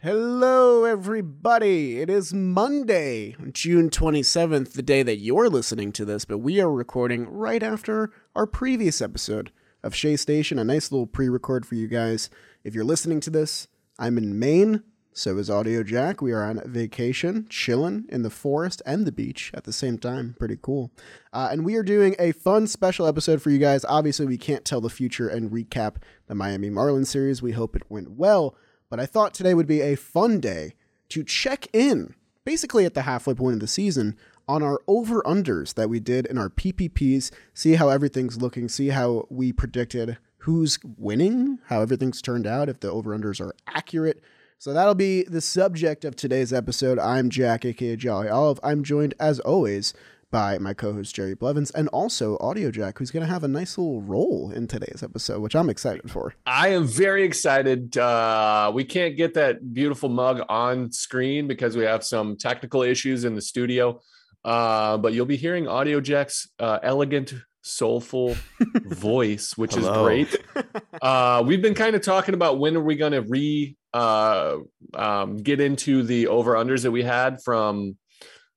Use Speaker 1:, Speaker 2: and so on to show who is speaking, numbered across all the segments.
Speaker 1: Hello, everybody. It is Monday, June 27th, the day that you're listening to this, but we are recording right after our previous episode of Shea Station, a nice little pre record for you guys. If you're listening to this, I'm in Maine. So is Audio Jack. We are on vacation, chilling in the forest and the beach at the same time. Pretty cool. Uh, and we are doing a fun special episode for you guys. Obviously, we can't tell the future and recap the Miami Marlin series. We hope it went well but I thought today would be a fun day to check in, basically at the halfway point of the season, on our over unders that we did in our PPPs, see how everything's looking, see how we predicted who's winning, how everything's turned out, if the over unders are accurate. So that'll be the subject of today's episode. I'm Jack, aka Jolly Olive. I'm joined, as always, by my co-host Jerry Blevins and also Audio Jack, who's going to have a nice little role in today's episode, which I'm excited for.
Speaker 2: I am very excited. Uh, we can't get that beautiful mug on screen because we have some technical issues in the studio. Uh, but you'll be hearing Audio Jack's uh, elegant, soulful voice, which
Speaker 3: Hello.
Speaker 2: is great. Uh, we've been kind of talking about when are we going to re uh, um, get into the over unders that we had from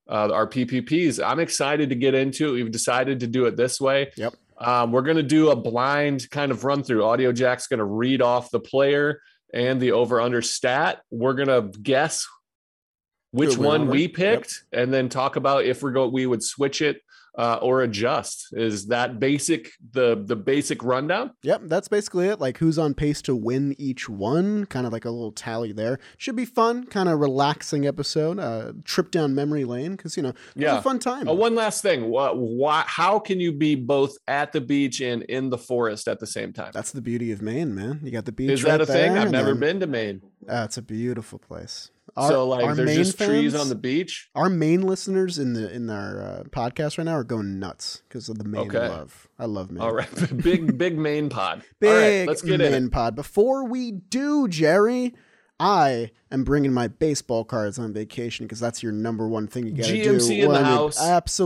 Speaker 2: uh, our PPPs. I'm excited to get into it. We've decided to do it this way.
Speaker 1: Yep.
Speaker 2: Um, we're going to do a blind kind of run through. Audio Jack's going to read off the player and the over under stat. We're going to guess which
Speaker 1: Who went
Speaker 2: one
Speaker 1: over.
Speaker 2: we
Speaker 1: Yep.
Speaker 2: picked and then talk about if we're going, we would switch it uh, or adjust. Is that basic, the, the basic rundown?
Speaker 1: Yep, that's basically it. Like who's on pace to win each one, kind of like a little tally there. Should be fun, kind of relaxing episode. Uh, trip down memory lane because you know it was
Speaker 2: Yeah.
Speaker 1: a fun time.
Speaker 2: Uh, one last thing. What, why, how can you be both at the beach and in the forest at the same time?
Speaker 1: That's the beauty of Maine, man. You got the beach.
Speaker 2: Is that
Speaker 1: right
Speaker 2: a thing?
Speaker 1: there,
Speaker 2: I've
Speaker 1: and
Speaker 2: never
Speaker 1: then-
Speaker 2: been to Maine.
Speaker 1: Uh, it's a beautiful place.
Speaker 2: so like there's
Speaker 1: Maine
Speaker 2: just trees
Speaker 1: fans-
Speaker 2: on the beach.
Speaker 1: Our Maine listeners in the in our uh, podcast right now are going nuts because of the Maine
Speaker 2: Okay.
Speaker 1: love. I love Maine.
Speaker 2: All right, big big main pod. All
Speaker 1: Big
Speaker 2: right, let's get
Speaker 1: man
Speaker 2: in. it.
Speaker 1: pod. Before we do, Jerry, I am bringing my baseball cards on vacation because that's your number one thing you gotta do.
Speaker 2: GMC in the
Speaker 1: when it-
Speaker 2: house.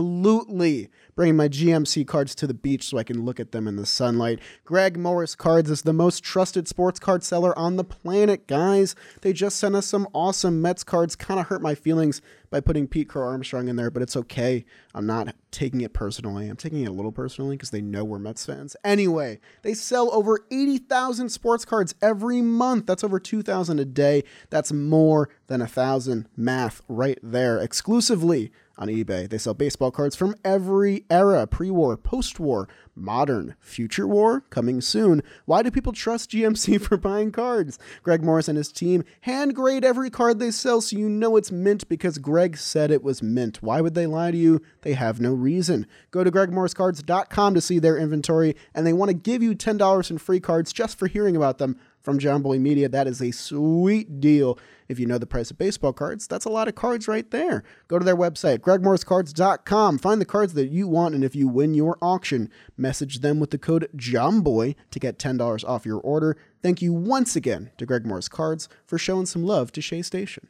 Speaker 1: Absolutely. Bringing my GMC cards to the beach so I can look at them in the sunlight. Greg Morris Cards is the most trusted sports card seller on the planet, guys. They just sent us some awesome Mets cards. Kind of hurt my feelings by putting Pete Crow Armstrong in there, but it's okay. I'm not taking it personally. I'm taking it a little personally because they know we're Mets fans. Anyway, they sell over 80,000 sports cards every month. That's over 2,000 a day. That's more than a thousand math right there. Exclusively on eBay. They sell baseball cards from every era pre war, post war, modern, future war, coming soon. Why do people trust GMC for buying cards? Greg Morris and his team hand grade every card they sell so you know it's mint because Greg said it was mint. Why would they lie to you? They have no reason. Go to gregmorriscards.com to see their inventory, and they want to give you $10 in free cards just for hearing about them from John Boy Media. That is a sweet deal. If you know the price of baseball cards, that's a lot of cards right there. Go to their website, gregmorriscards.com. Find the cards that you want, and if you win your auction, message them with the code JOMBOY to get $10 off your order. Thank you once again to Greg Morris Cards for showing some love to Shea Station.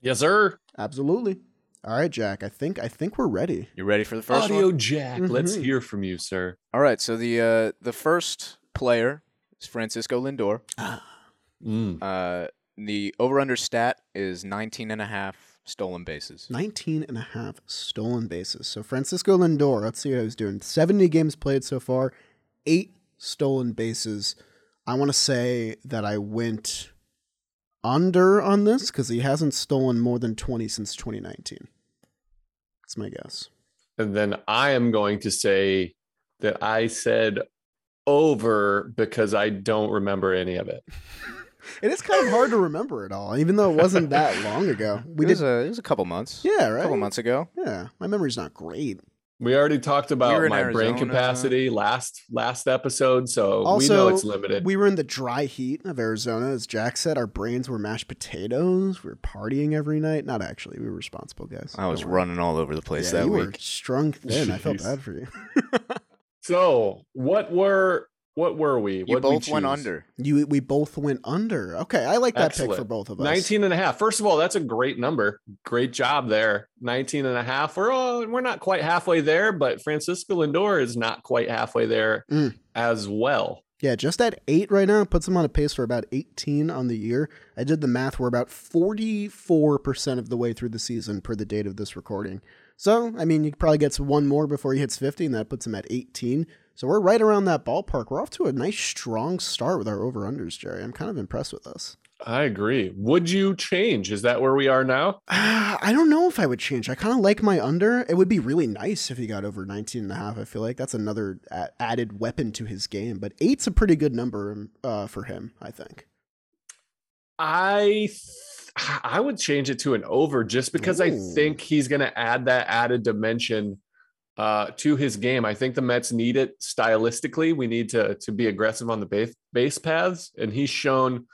Speaker 2: Yes, sir.
Speaker 1: Absolutely. All right, Jack. I think I think we're ready.
Speaker 3: You ready for the first
Speaker 2: Audio
Speaker 3: one?
Speaker 2: Jack. Let's hear from you, sir.
Speaker 3: All right. So the uh, the first player is Francisco Lindor.
Speaker 2: Mm.
Speaker 3: Uh, the over under stat is 19 and a half stolen bases.
Speaker 1: 19 and a half stolen bases. So Francisco Lindor, let's see what he's doing. 70 games played so far, eight stolen bases. I want to say that I went under on this because he hasn't stolen more than 20 since 2019. That's my guess.
Speaker 2: And then I am going to say that I said over because I don't remember any of it.
Speaker 1: It is kind of hard to remember it all, even though it wasn't that long ago. We
Speaker 3: it, was
Speaker 1: did,
Speaker 3: a, it was a couple months.
Speaker 1: yeah,
Speaker 3: A couple
Speaker 1: right.
Speaker 3: months ago.
Speaker 1: Yeah, my memory's not great.
Speaker 2: We already talked about
Speaker 3: were in
Speaker 2: my brain
Speaker 3: Arizona.
Speaker 2: capacity last last episode, so
Speaker 1: Also,
Speaker 2: we know it's limited.
Speaker 1: We were in the dry heat of Arizona, as Jack said. Our brains were mashed potatoes. We were partying every night. Not actually. We were responsible guys.
Speaker 3: I was
Speaker 1: Don't worry.
Speaker 3: running all over the place
Speaker 1: Yeah,
Speaker 3: that
Speaker 1: you
Speaker 3: week.
Speaker 1: were strung thin. I felt
Speaker 2: Jeez.
Speaker 1: bad for you.
Speaker 2: so what were what were we?
Speaker 3: You
Speaker 2: What'd we
Speaker 3: both went
Speaker 2: choose?
Speaker 3: under.
Speaker 1: You, we both went under. Okay, I like that pick
Speaker 2: Excellent.
Speaker 1: for both of us.
Speaker 2: 19 and a half. First of all, that's a great number. Great job there. 19 and a half. We're, all, we're not quite halfway there, but Francisco Lindor is not quite halfway there
Speaker 1: Mm.
Speaker 2: as well.
Speaker 1: Yeah, just at eight right now puts them on a pace for about 18 on the year. I did the math. We're about 44% of the way through the season per the date of this recording. So, I mean, he probably gets one more before he hits 50, and that puts him at 18. So we're right around that ballpark. We're off to a nice, strong start with our over-unders, Jerry. I'm kind of impressed with us.
Speaker 2: I agree. Would you change? Is that where we are now?
Speaker 1: Ah, I don't know if I would change. I kind of like my under. It would be really nice if he got over 19 and a half. I feel like that's another a- added weapon to his game, but eight's a pretty good number um, uh, for him, I think.
Speaker 2: I th- I would change it to an over just because I
Speaker 1: Ooh.
Speaker 2: think he's going to add that added dimension uh, to his game. I think the Mets need it stylistically. We need to to be aggressive on the base base paths, and he's shown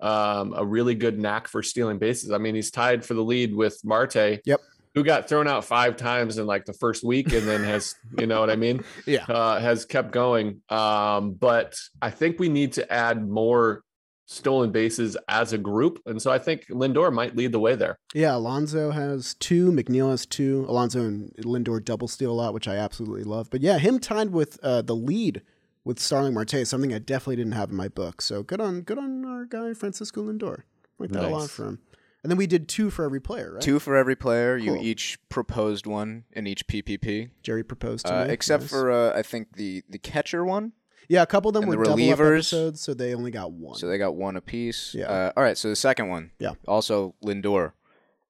Speaker 2: um, a really good knack for stealing bases. I mean, he's tied for the lead with Marte.
Speaker 1: Yep.
Speaker 2: Who got thrown out five times in like the first week, and then has you know what I mean?
Speaker 1: Yeah.
Speaker 2: uh, has kept going. Um, but I think we need to add more stolen bases as a group. And so I think Lindor might lead the way there.
Speaker 1: Yeah, Alonso has two. McNeil has two. Alonso and Lindor double steal a lot, which I absolutely love. But yeah, him tied with uh, the lead with Starling Marte, is something I definitely didn't have in my book. So good on good on our guy Francisco Lindor. Like that a lot
Speaker 2: Nice.
Speaker 1: for him. And then we did two for every player, right?
Speaker 3: Two for every player. You
Speaker 1: Cool.
Speaker 3: each proposed one in each PPP,
Speaker 1: Jerry proposed to
Speaker 3: uh,
Speaker 1: me.
Speaker 3: except
Speaker 1: Nice.
Speaker 3: for uh, I think the the catcher one.
Speaker 1: yeah, a couple of them
Speaker 3: and
Speaker 1: were
Speaker 3: the
Speaker 1: double up
Speaker 3: relievers.
Speaker 1: episodes, so they only got one.
Speaker 3: So they got one apiece.
Speaker 1: Yeah.
Speaker 3: Uh, all right. So the second one.
Speaker 1: Yeah.
Speaker 3: Also Lindor,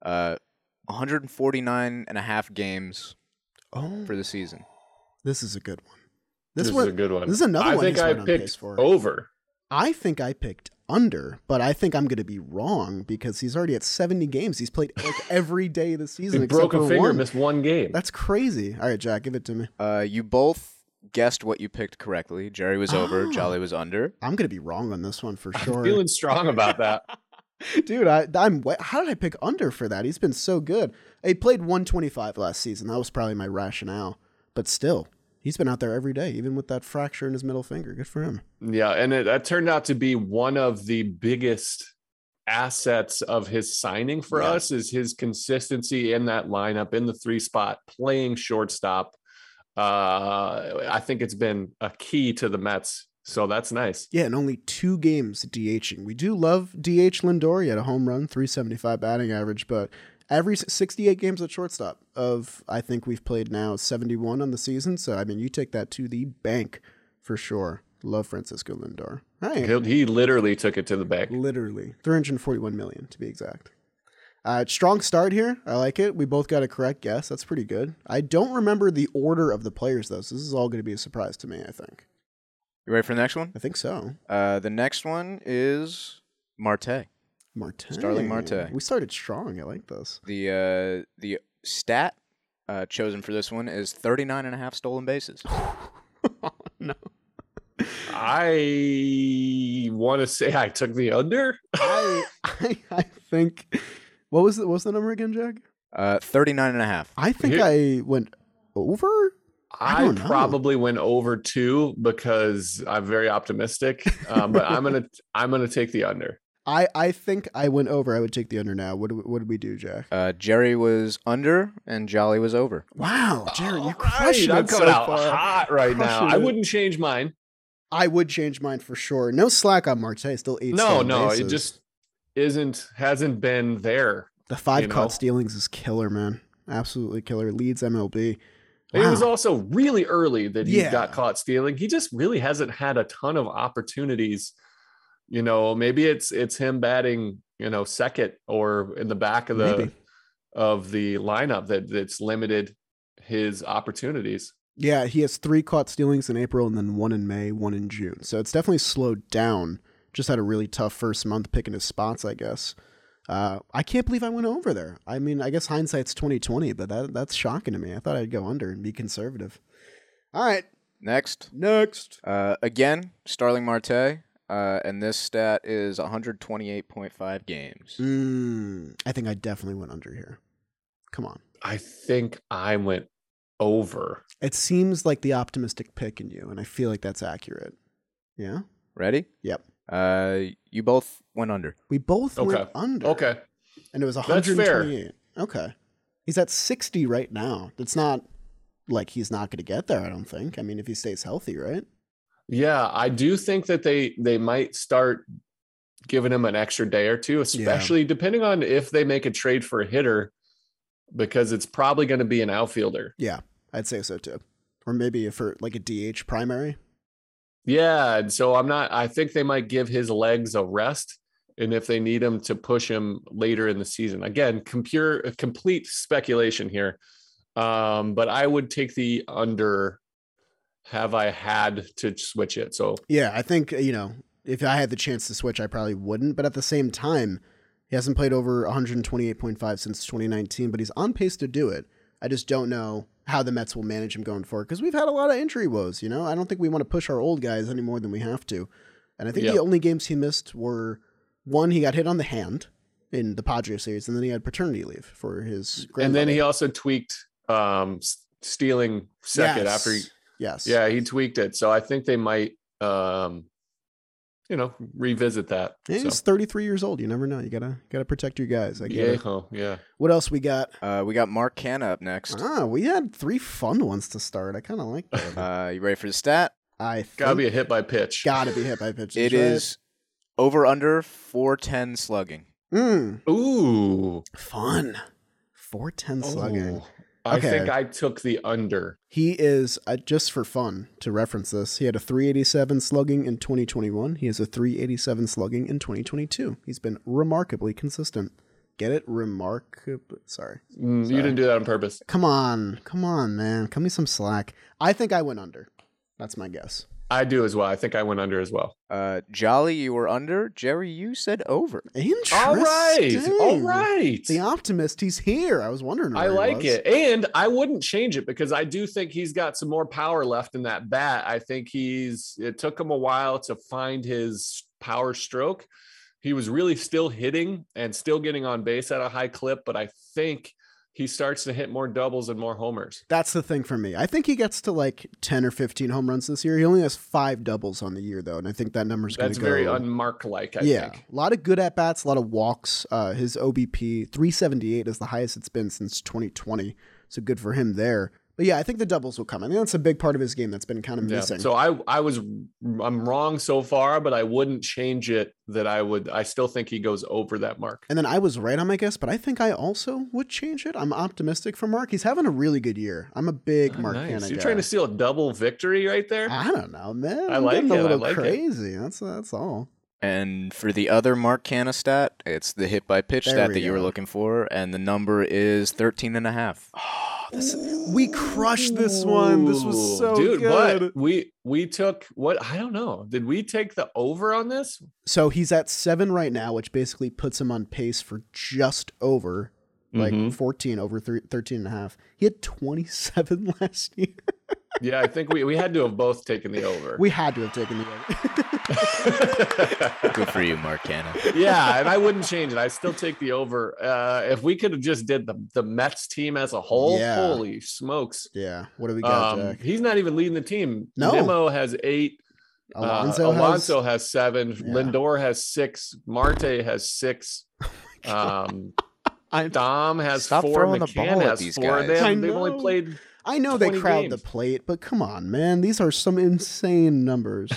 Speaker 3: uh, 149 and a half games
Speaker 1: oh,
Speaker 3: for the season.
Speaker 1: this is a good one.
Speaker 2: This,
Speaker 1: This,
Speaker 2: is
Speaker 1: one,
Speaker 2: a good one.
Speaker 1: this is another
Speaker 2: I
Speaker 1: one
Speaker 2: think
Speaker 1: he's
Speaker 2: I
Speaker 1: right on pace
Speaker 2: picked
Speaker 1: for.
Speaker 2: over.
Speaker 1: I think I picked under, but I think I'm going to be wrong because he's already at 70 games. He's played like every day of the season.
Speaker 2: He
Speaker 1: except
Speaker 2: broke a
Speaker 1: for
Speaker 2: finger,
Speaker 1: one.
Speaker 2: missed one game.
Speaker 1: That's crazy. All right, Jack, give it to me.
Speaker 3: Uh, you both guessed what you picked correctly. Jerry was over.
Speaker 1: Ah.
Speaker 3: Jolly was under.
Speaker 1: I'm going to be wrong on this one for sure.
Speaker 2: Feeling strong about that.
Speaker 1: Dude, I, I'm wet. How did I pick under for that? He's been so good. He played 125 last season. That was probably my rationale. But still, he's been out there every day, even with that fracture in his middle finger. Good for him.
Speaker 2: yeah. And it, that turned out to be one of the biggest assets of his signing for
Speaker 1: Yeah.
Speaker 2: us is his consistency in that lineup in the three spot playing shortstop uh i think it's been a key to the mets so that's nice
Speaker 1: Yeah, and only two games DHing. We do love DH Lindor. He had a home run, 375 batting average, but every 68 games at shortstop of, I think we've played now 71 on the season. So, I mean, you take that to the bank for sure. Love Francisco Lindor. All right.
Speaker 2: He, he literally took it to the bank.
Speaker 1: Literally. 341 million to be exact. Uh, strong start here. I like it. We both got a correct guess. That's pretty good. I don't remember the order of the players, though. So, this is all going to be a surprise to me, I think.
Speaker 3: You ready for the next one?
Speaker 1: I think so.
Speaker 3: Uh, the next one is Marte.
Speaker 1: Marte.
Speaker 3: Starling Marte.
Speaker 1: We started strong. I like this.
Speaker 3: The uh, the stat uh, chosen for this one is 39 and a half stolen bases.
Speaker 1: no.
Speaker 2: I want to say I took the under.
Speaker 1: I, I I think what was the what was the number again, Jack?
Speaker 3: Uh, 39 and a half.
Speaker 1: I think
Speaker 2: Here-
Speaker 1: I went over. I
Speaker 2: I,
Speaker 1: don't know.
Speaker 2: probably went over two because I'm very optimistic. Um, but I'm gonna I'm gonna take the under.
Speaker 1: I I think I went over. I would take the under now. What do we- what did we do, Jack?
Speaker 3: Uh, Jerry was under and Jolly was over.
Speaker 1: Wow, Jared, you
Speaker 2: All
Speaker 1: crushed
Speaker 2: right, I'm
Speaker 1: it so
Speaker 2: coming out
Speaker 1: far.
Speaker 2: hot right now.
Speaker 1: Crushing
Speaker 2: I
Speaker 1: it.
Speaker 2: wouldn't change mine.
Speaker 1: I would change mine for sure. No slack on Marte. Still eight.
Speaker 2: No,
Speaker 1: stolen
Speaker 2: no, it
Speaker 1: bases.
Speaker 2: just isn't hasn't been there.
Speaker 1: the five
Speaker 2: you know.
Speaker 1: caught stealings is killer, man. Absolutely killer. Leads MLB.
Speaker 2: It was
Speaker 1: Wow.
Speaker 2: also really early that he
Speaker 1: Yeah.
Speaker 2: got caught stealing. He just really hasn't had a ton of opportunities. You know, maybe it's it's him batting, you know, second or in the back of the
Speaker 1: Maybe.
Speaker 2: of the lineup that that's limited his opportunities.
Speaker 1: Yeah, he has three caught stealings in April and then one in May, one in June. So it's definitely slowed down. Just had a really tough first month picking his spots, I guess. Uh, I can't believe I went over there. I mean, I guess hindsight's twenty twenty, but that that's shocking to me. I thought I'd go under and be conservative. All right,
Speaker 3: Next,
Speaker 1: next.
Speaker 3: uh, again, Starling Marte. Uh, and this stat is 128.5 games.
Speaker 1: Mm, I think I definitely went under here. Come on,
Speaker 2: I think I went over.
Speaker 1: it seems like the optimistic pick in you, and I feel like that's accurate. Yeah,
Speaker 3: Ready?
Speaker 1: Yep.
Speaker 3: Uh, you both went under.
Speaker 1: we both went
Speaker 2: Okay.
Speaker 1: under.
Speaker 2: Okay.
Speaker 1: and it was
Speaker 2: That's fair.
Speaker 1: 128. Okay. He's at 60 right now. That's not like he's not going to get there, I don't think. I mean, if he stays healthy, right?
Speaker 2: Yeah, I do think that they they might start giving him an extra day or two, especially depending on if they make a trade for a hitter, because it's probably going to be an outfielder.
Speaker 1: I'd say so too. Or maybe for like a DH primary.
Speaker 2: Yeah, and so I'm not. I think they might give his legs a rest, and if they need him to push him later in the season, again, compure complete speculation here. Um, but I would take the under. Have I had to switch it? So
Speaker 1: Yeah, I think, you know, if I had the chance to switch, I probably wouldn't. But at the same time, he hasn't played over 128.5 since 2019, but he's on pace to do it. I just don't know how the Mets will manage him going forward because we've had a lot of injury woes, you know? I don't think we want to push our old guys any more than we have to. And I think
Speaker 2: Yeah.
Speaker 1: the only games he missed were one, he got hit on the hand in the Padres series, and then he had paternity leave for his
Speaker 2: and then
Speaker 1: grandmother.
Speaker 2: he also tweaked um s- stealing second
Speaker 1: Yes.
Speaker 2: after he,
Speaker 1: Yes.
Speaker 2: yeah he tweaked it so i think they might um you know revisit that
Speaker 1: And he's
Speaker 2: so,
Speaker 1: 33 years old. You never know. You gotta gotta protect your guys. I get
Speaker 2: yeah
Speaker 1: it.
Speaker 2: oh, yeah
Speaker 1: What else we got?
Speaker 3: Uh, we got Mark Canna up next.
Speaker 1: Ah, we had three fun ones to start. I kind of like that.
Speaker 3: Uh, you ready for the stat?
Speaker 1: I think
Speaker 2: gotta be a hit by pitch
Speaker 1: gotta be hit by pitches.
Speaker 3: It
Speaker 1: right?
Speaker 3: is over under 410 slugging.
Speaker 1: Mm,
Speaker 2: ooh
Speaker 1: fun. Four ten
Speaker 2: Oh.
Speaker 1: slugging.
Speaker 2: Ooh. i
Speaker 1: Okay.
Speaker 2: think i took the under
Speaker 1: He is uh, just for fun to reference this. He had a 387 slugging in 2021. He has a 387 slugging in 2022. He's been remarkably consistent. Get it? Remarkably. Sorry.
Speaker 2: Mm, you didn't do that on purpose
Speaker 1: Come on, come on, man. Cut me some slack. I think I went under. That's my guess.
Speaker 2: i do as well i think i went under as well
Speaker 3: Uh, Jolly, you were under. Jerry, you said over.
Speaker 1: Interesting.
Speaker 2: all right all right
Speaker 1: The optimist, he's here. I was wondering.
Speaker 2: I
Speaker 1: where he
Speaker 2: like
Speaker 1: was.
Speaker 2: it. And I wouldn't change it because I do think he's got some more power left in that bat. I think he's, it took him a while to find his power stroke. He was really still hitting and still getting on base at a high clip, but I think he starts to hit more doubles and more homers.
Speaker 1: That's the thing for me. I think he gets to like 10 or 15 home runs this year. He only has five doubles on the year, though, and I think that number's going
Speaker 2: That's
Speaker 1: to go.
Speaker 2: very unmark like, I
Speaker 1: yeah,
Speaker 2: think.
Speaker 1: a lot of good at bats, a lot of walks. Uh, his OBP 378 is the highest it's been since 2020, so good for him there. But yeah, I think the doubles will come. I think that's a big part of his game that's been kind of
Speaker 2: Yeah.
Speaker 1: missing.
Speaker 2: So I I was I'm wrong so far, but I wouldn't change it that I would I still think he goes over that mark.
Speaker 1: And then I was right on my guess, but I think I also would change it. I'm optimistic for Mark. He's having a really good year. I'm a big Mark
Speaker 2: Ah, Nice.
Speaker 1: Hanna
Speaker 2: You're
Speaker 1: guy. Ah,
Speaker 2: trying to steal a double victory right there.
Speaker 1: I don't know, man.
Speaker 2: I
Speaker 1: I'm
Speaker 2: like
Speaker 1: getting
Speaker 2: it. I
Speaker 1: a little
Speaker 2: like it.
Speaker 1: crazy. That's that's all.
Speaker 3: And for the other Mark Canna stat, it's the hit by pitch
Speaker 1: There
Speaker 3: stat
Speaker 1: we
Speaker 3: that you were
Speaker 1: go.
Speaker 3: looking for, and the number is 13 and a half.
Speaker 2: Oh,
Speaker 1: We crushed this one. This was
Speaker 2: Ooh,
Speaker 1: so
Speaker 2: dude.
Speaker 1: good.
Speaker 2: What we we took? What I don't know. Did we take the over on this?
Speaker 1: So he's at seven right now, which basically puts him on pace for just over like
Speaker 2: Mhm.
Speaker 1: 14 over three, 13 and a half. He had 27 last year.
Speaker 2: Yeah, I think we we had to have both taken the over.
Speaker 1: We had to have taken the over.
Speaker 3: Good for you, Mark Canna.
Speaker 2: yeah, and I wouldn't change it. I still take the over. Uh, if we could have just did the the Mets team as a whole,
Speaker 1: Yeah.
Speaker 2: holy smokes!
Speaker 1: yeah. What do we got,
Speaker 2: Um,
Speaker 1: Jack?
Speaker 2: he's not even leading the team.
Speaker 1: No.
Speaker 2: Nemo has eight. uh,
Speaker 1: Alonso, has-
Speaker 2: Alonso has seven.
Speaker 1: Yeah. Oh
Speaker 2: Lindor has six. Marte has six. um,
Speaker 1: I'm-
Speaker 2: Dom has
Speaker 3: Stop
Speaker 2: four.
Speaker 3: throwing the
Speaker 2: McCann
Speaker 3: ball at
Speaker 2: has
Speaker 3: these
Speaker 2: four.
Speaker 3: guys.
Speaker 2: They
Speaker 1: I
Speaker 2: have, they've only
Speaker 1: know.
Speaker 2: played
Speaker 1: I know they
Speaker 2: 20
Speaker 1: crowd the
Speaker 2: games.
Speaker 1: plate, but come on, man. These are some insane numbers.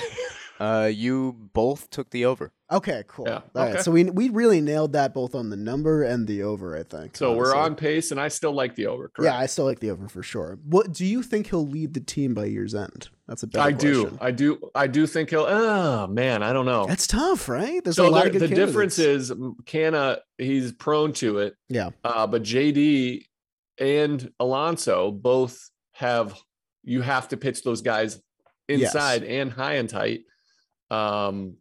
Speaker 3: Uh, you both took the over.
Speaker 1: Okay, cool.
Speaker 2: Yeah,
Speaker 1: All right,
Speaker 2: okay.
Speaker 1: so we we really nailed that both on the number and the over, I think.
Speaker 2: So we're
Speaker 1: honestly.
Speaker 2: on pace, and I still like the over.
Speaker 1: Yeah,
Speaker 2: Correct?
Speaker 1: I still like the over for sure. What do you think he'll lead the team by year's end? That's a better
Speaker 2: I do,
Speaker 1: question.
Speaker 2: I do, I do think he'll. Oh man, I don't know.
Speaker 1: That's tough, right? There's
Speaker 2: so
Speaker 1: a lot
Speaker 2: there-
Speaker 1: of good
Speaker 2: the
Speaker 1: candidates.
Speaker 2: difference is Canna, he's prone to it.
Speaker 1: Yeah.
Speaker 2: Uh, but JD and Alonso both have. You have to pitch those guys
Speaker 1: Yes.
Speaker 2: inside and high and tight. Um,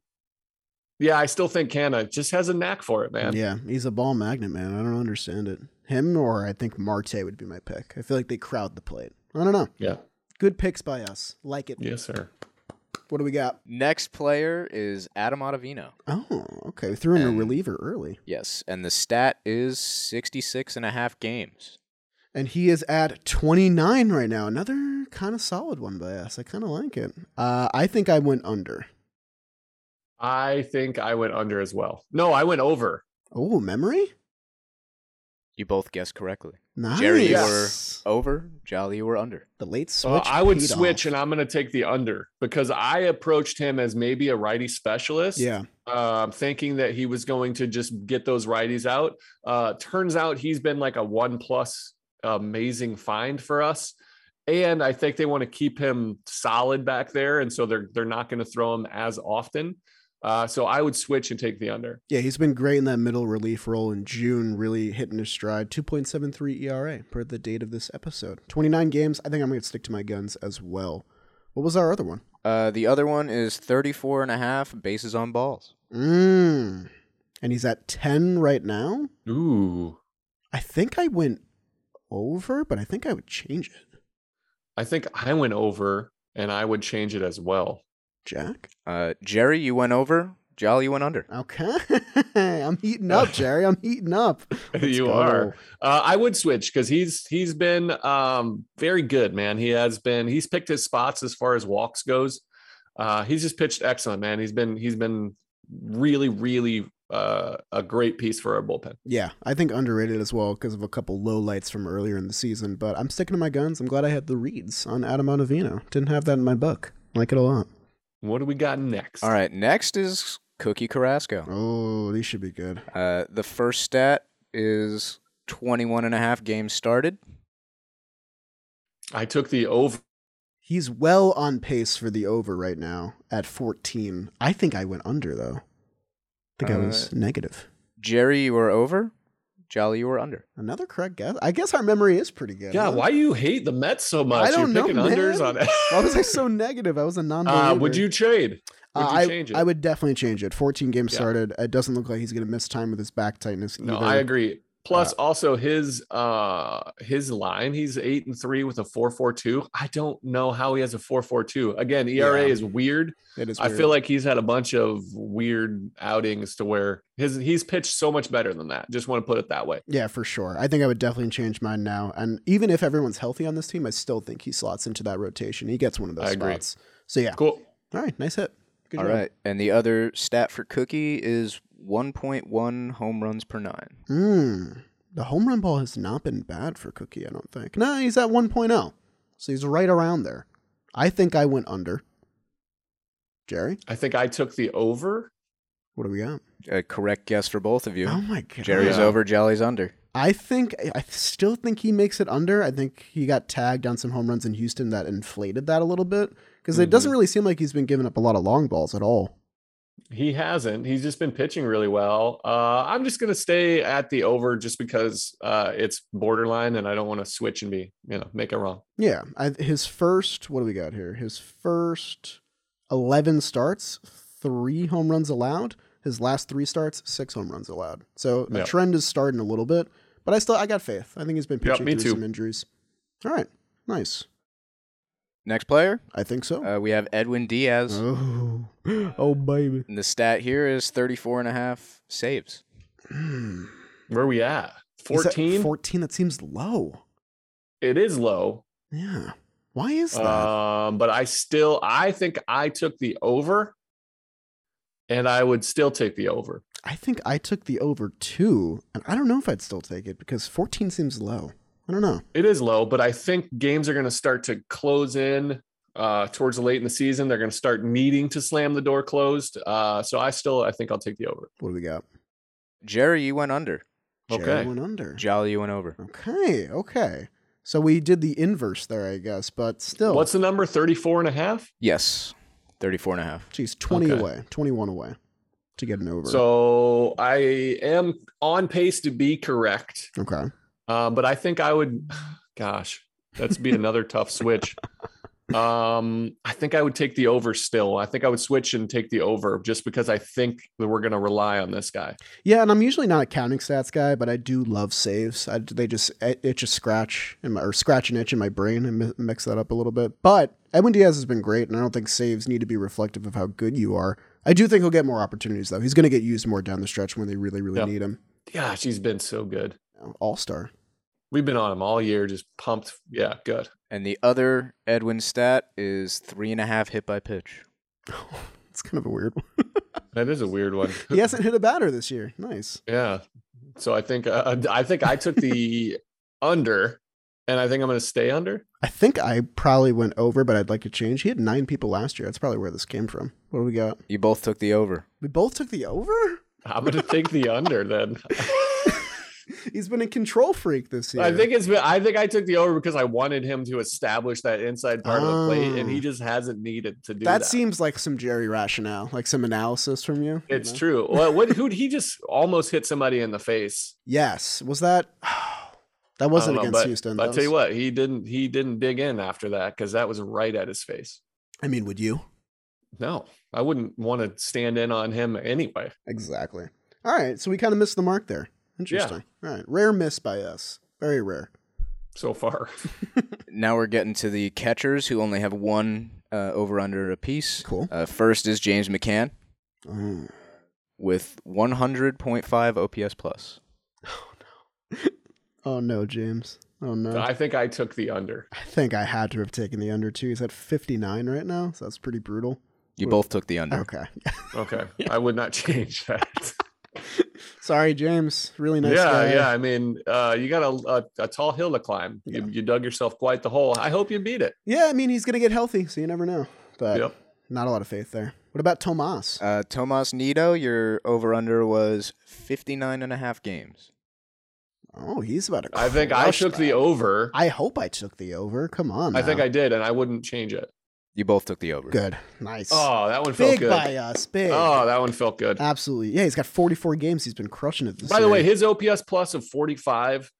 Speaker 2: yeah, I still think Canna just has a knack for it, man.
Speaker 1: Yeah, he's a ball magnet, man. I don't understand it. Him or I think Marte would be my pick. I feel like they crowd the plate. I don't know.
Speaker 2: Yeah.
Speaker 1: Good picks by us. Like it.
Speaker 2: Yes, sir.
Speaker 1: What do we got?
Speaker 3: Next player is Adam Ottavino.
Speaker 1: Oh, okay. We threw in a
Speaker 3: And-
Speaker 1: reliever early.
Speaker 3: Yes, and the stat is 66 and a half games.
Speaker 1: And he is at 29 right now. Another kind of solid one by us. I kind of like it. Uh, I think I went under.
Speaker 2: I think I went under as well. No, I went over.
Speaker 1: Oh, memory?
Speaker 3: You both guessed correctly.
Speaker 1: Nice.
Speaker 3: Jerry, you
Speaker 1: Yes.
Speaker 3: were over. Jolly, you were under.
Speaker 1: the late switch.
Speaker 2: Uh, I would
Speaker 1: paid
Speaker 2: switch,
Speaker 1: off.
Speaker 2: and I'm going to take the under because I approached him as maybe a righty specialist,
Speaker 1: yeah,
Speaker 2: um, thinking that he was going to just get those righties out. Uh, turns out he's been like a one plus amazing find for us, and I think they want to keep him solid back there, and so they're they're not going to throw him as often. Uh, so I would switch and take the under.
Speaker 1: yeah, he's been great in that middle relief role in June, really hitting his stride. Two point seven three ERA per the date of this episode. Twenty nine games. I think I'm going to stick to my guns as well. What was our other one?
Speaker 3: Uh, the other one is 34 and a half bases on balls.
Speaker 1: Mm. And he's at ten right now.
Speaker 2: Ooh,
Speaker 1: I think I went over, but I think I would change it.
Speaker 2: I think I went over, and I would change it as well.
Speaker 1: Jack.
Speaker 3: Uh, Jerry, you went over. Jolly, you went under.
Speaker 1: Okay, I'm heating up, Jerry. I'm heating up.
Speaker 2: you
Speaker 1: go.
Speaker 2: are. Uh, I would switch because he's he's been um, very good, man. He has been. He's picked his spots as far as walks goes. Uh, he's just pitched excellent, man. He's been he's been really really uh, a great piece for our bullpen.
Speaker 1: Yeah, I think underrated as well because of a couple low lights from earlier in the season. But I'm sticking to my guns. I'm glad I had the reads on Adam Ottavino. Didn't have that in my book. Like it a lot.
Speaker 2: What do we got next?
Speaker 3: All right, next is Cookie Carrasco.
Speaker 1: Oh, these should be good.
Speaker 3: Uh, the first stat is 21 and a half games started.
Speaker 2: I took the over.
Speaker 1: He's well on pace for the over right now at 14. I think I went under though. I think I was negative.
Speaker 3: Jerry, you were over. Jolly, you were under.
Speaker 1: Another correct guess. I guess our memory is pretty good.
Speaker 2: God,
Speaker 1: huh?
Speaker 2: why do you hate the Mets so much?
Speaker 1: I don't
Speaker 2: You're
Speaker 1: know,
Speaker 2: picking
Speaker 1: man.
Speaker 2: unders on.
Speaker 1: Why was I so negative? I was a non.
Speaker 2: uh, would you trade?
Speaker 1: Uh,
Speaker 2: Would you
Speaker 1: I,
Speaker 2: change it?
Speaker 1: I would definitely change it. 14 games
Speaker 2: Yeah.
Speaker 1: started. It doesn't look like he's going to miss time with his back tightness.
Speaker 2: No,
Speaker 1: either.
Speaker 2: I agree. Plus, also his uh his line, he's eight and three with a four four two. I don't know how he has a four four two. Again, ERA
Speaker 1: Yeah.
Speaker 2: is weird.
Speaker 1: It is
Speaker 2: I
Speaker 1: weird.
Speaker 2: feel like he's had a bunch of weird outings to where his he's pitched so much better than that. Just want to put it that way.
Speaker 1: Yeah, for sure. I think I would definitely change mine now. And even if everyone's healthy on this team, I still think he slots into that rotation. He gets one of those
Speaker 2: I agree.
Speaker 1: spots. So yeah.
Speaker 2: Cool.
Speaker 1: All right, nice hit. Good
Speaker 3: All
Speaker 1: job.
Speaker 3: right, and the other stat for Cookie is 1.1 home runs per nine.
Speaker 1: Hmm. The home run ball has not been bad for Cookie, I don't think. No, he's at 1.0. So he's right around there. I think I went under. Jerry,
Speaker 2: I think I took the over.
Speaker 1: what do we got?
Speaker 3: A correct guess for both of you.
Speaker 1: Oh my god.
Speaker 3: Jerry's
Speaker 2: Yeah.
Speaker 3: over, Jolly's under.
Speaker 1: I think I still think he makes it under. I think he got tagged on some home runs in Houston that inflated that a little bit because it
Speaker 2: Mm-hmm.
Speaker 1: doesn't really seem like he's been giving up a lot of long balls at all.
Speaker 2: He hasn't. He's just been pitching really well. Uh, I'm just gonna stay at the over just because uh, it's borderline, and I don't want to switch and be you know make it wrong.
Speaker 1: Yeah, I, his first what do we got here? His first eleven starts, three home runs allowed. His last three starts, six home runs allowed. So the
Speaker 2: Yeah.
Speaker 1: trend is starting a little bit, but I still I got faith. I think he's been
Speaker 2: Yeah,
Speaker 1: pitching
Speaker 2: me
Speaker 1: through
Speaker 2: too.
Speaker 1: some injuries. All right, nice.
Speaker 3: Next player,
Speaker 1: I think so.
Speaker 3: uh, we have Edwin Diaz.
Speaker 1: oh, oh baby.
Speaker 3: And the stat here is 34 and a half saves.
Speaker 1: Hmm.
Speaker 2: Where we at?
Speaker 1: He's at
Speaker 2: 14.
Speaker 1: 14 that seems low
Speaker 2: It is low,
Speaker 1: yeah why is that
Speaker 2: Um, but I still, I think I took the over, and I would still take the over.
Speaker 1: i think i took the over two and i don't know if i'd still take it because 14 seems low i don't know
Speaker 2: It is low, but I think games are going to start to close in uh, towards the late in the season. They're going to start needing to slam the door closed. Uh, so I still, I think I'll take the over.
Speaker 1: what do we got
Speaker 3: Jerry, you went under.
Speaker 1: Jerry
Speaker 2: Okay.
Speaker 1: went under
Speaker 3: Jolly, you went over.
Speaker 1: okay okay so we did the inverse there i guess but still
Speaker 2: What's the number? 34 and a half?
Speaker 3: Yes, 34 and a half.
Speaker 1: geez 20
Speaker 2: Okay.
Speaker 1: away 21 away to get an over
Speaker 2: So I am on pace to be correct,
Speaker 1: okay
Speaker 2: uh, but I think I would, gosh, that's be another tough switch. Um, I think I would take the over still. I think I would switch and take the over just because I think that we're going to rely on this guy.
Speaker 1: Yeah, and I'm usually not a counting stats guy, but I do love saves. I, they just it itch a scratch in my, or scratch an itch in my brain and mi- mix that up a little bit. But Edwin Diaz has been great, and I don't think saves need to be reflective of how good you are. I do think he'll get more opportunities though. He's going to get used more down the stretch when they really, really
Speaker 2: Yeah.
Speaker 1: need him.
Speaker 2: Gosh, he's been so good.
Speaker 1: All star.
Speaker 2: We've been on him all year, just pumped. Yeah, good.
Speaker 3: And the other Edwin stat is three and a half hit by pitch.
Speaker 1: It's kind of a weird one.
Speaker 2: That is a weird one.
Speaker 1: he hasn't hit a batter this year. Nice.
Speaker 2: Yeah. So I think uh, I think I took the under, and I think I'm going to stay under.
Speaker 1: I think I probably went over, but I'd like to change. He had nine people last year. That's probably where this came from. What do we got?
Speaker 3: You both took the over.
Speaker 1: We both took the over?
Speaker 2: I'm going to take the under then.
Speaker 1: He's been a control freak this year.
Speaker 2: I think it's been, I think I took the over because I wanted him to establish that inside part of the plate, and
Speaker 1: Oh.
Speaker 2: he just hasn't needed to do
Speaker 1: that,
Speaker 2: that.
Speaker 1: seems like some Jerry rationale, like some analysis from you. you
Speaker 2: it's
Speaker 1: know?
Speaker 2: true. What, what who he just almost hit somebody in the face.
Speaker 1: Yes. Was that that
Speaker 2: I
Speaker 1: wasn't
Speaker 2: don't know,
Speaker 1: against
Speaker 2: but-
Speaker 1: Houston?
Speaker 2: but
Speaker 1: that
Speaker 2: I'll tell you
Speaker 1: was-
Speaker 2: what, he didn't he didn't dig in after that because that was right at his face.
Speaker 1: I mean, would you?
Speaker 2: No, I wouldn't want to stand in on him anyway.
Speaker 1: Exactly. All right. So we kind of missed the mark there. Interesting. All right. Rare miss by us. Very rare.
Speaker 2: So far,
Speaker 3: Now we're getting to the catchers who only have one uh, over under apiece.
Speaker 1: Cool.
Speaker 3: Uh, first is James McCann
Speaker 1: Mm.
Speaker 3: with 100.5 OPS plus.
Speaker 1: Oh no, James. Oh no. I,
Speaker 2: I think I took the under.
Speaker 1: think I had to have taken the under two. He's at 59 right now, so that's pretty brutal.
Speaker 3: You both took the under.
Speaker 1: Okay.
Speaker 2: Okay, I would not change that.
Speaker 1: Sorry, James. Really nice
Speaker 2: yeah,
Speaker 1: guy.
Speaker 2: yeah. I mean, uh, you got a, a, a tall hill to climb. You, you dug yourself quite the hole. I hope you beat it.
Speaker 1: Yeah, I mean, he's going to get healthy, so you never know. But
Speaker 2: Yep.
Speaker 1: not a lot of faith there. What about Tomas?
Speaker 3: Uh, Tomas Nido, your over under was 59 and a half games.
Speaker 1: oh, he's about to.
Speaker 2: I think I
Speaker 1: crush
Speaker 2: took
Speaker 1: that.
Speaker 2: the over. I,
Speaker 1: I hope I took the over. Come on.
Speaker 2: think
Speaker 1: now.
Speaker 2: I did, and I wouldn't change it.
Speaker 3: You both took the over.
Speaker 1: Good. Nice.
Speaker 2: Oh, that one felt
Speaker 1: big
Speaker 2: good.
Speaker 1: by us. Big.
Speaker 2: Oh, that one felt good.
Speaker 1: Absolutely. Yeah, he's got 44 games. He's been crushing it this
Speaker 2: By the
Speaker 1: year.
Speaker 2: way, his OPS plus of 45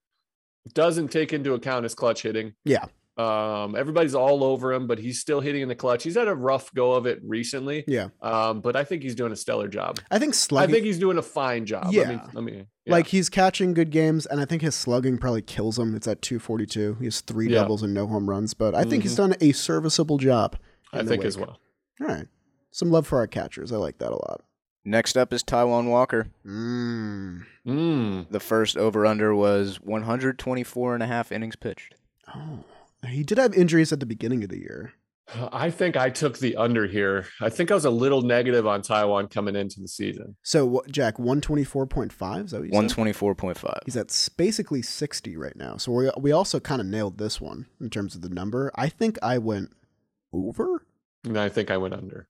Speaker 2: doesn't take into account his clutch hitting.
Speaker 1: Yeah.
Speaker 2: Um, everybody's all over him, but he's still hitting in the clutch. He's had a rough go of it recently.
Speaker 1: Yeah.
Speaker 2: Um, but I think he's doing a stellar job.
Speaker 1: I think slugging,
Speaker 2: I think he's doing a fine job. Let me,
Speaker 1: Yeah.
Speaker 2: let me yeah.
Speaker 1: like he's catching good games, and I think his slugging probably kills him. It's at 242. He has three
Speaker 2: Yeah. Mm-hmm.
Speaker 1: doubles and no home runs, but I think he's done a serviceable job.
Speaker 2: I
Speaker 1: in the
Speaker 2: think as
Speaker 1: wake.
Speaker 2: well.
Speaker 1: All right. Some love for our catchers. I like that a lot.
Speaker 3: Next up is Taiwan Walker.
Speaker 1: Mm.
Speaker 2: Mm.
Speaker 3: The first over under was 124 and a half innings pitched.
Speaker 1: Oh. He did have injuries at the beginning of the year.
Speaker 2: I think I took the under here. I think I was a little negative on Taiwan coming into the season.
Speaker 1: So, what, Jack, 124.5? Is that what you said?
Speaker 3: 124.5.
Speaker 1: He's at s- basically 60 right now. So we we also kind of nailed this one in terms of the number. I think I went over.
Speaker 2: And I think I went under.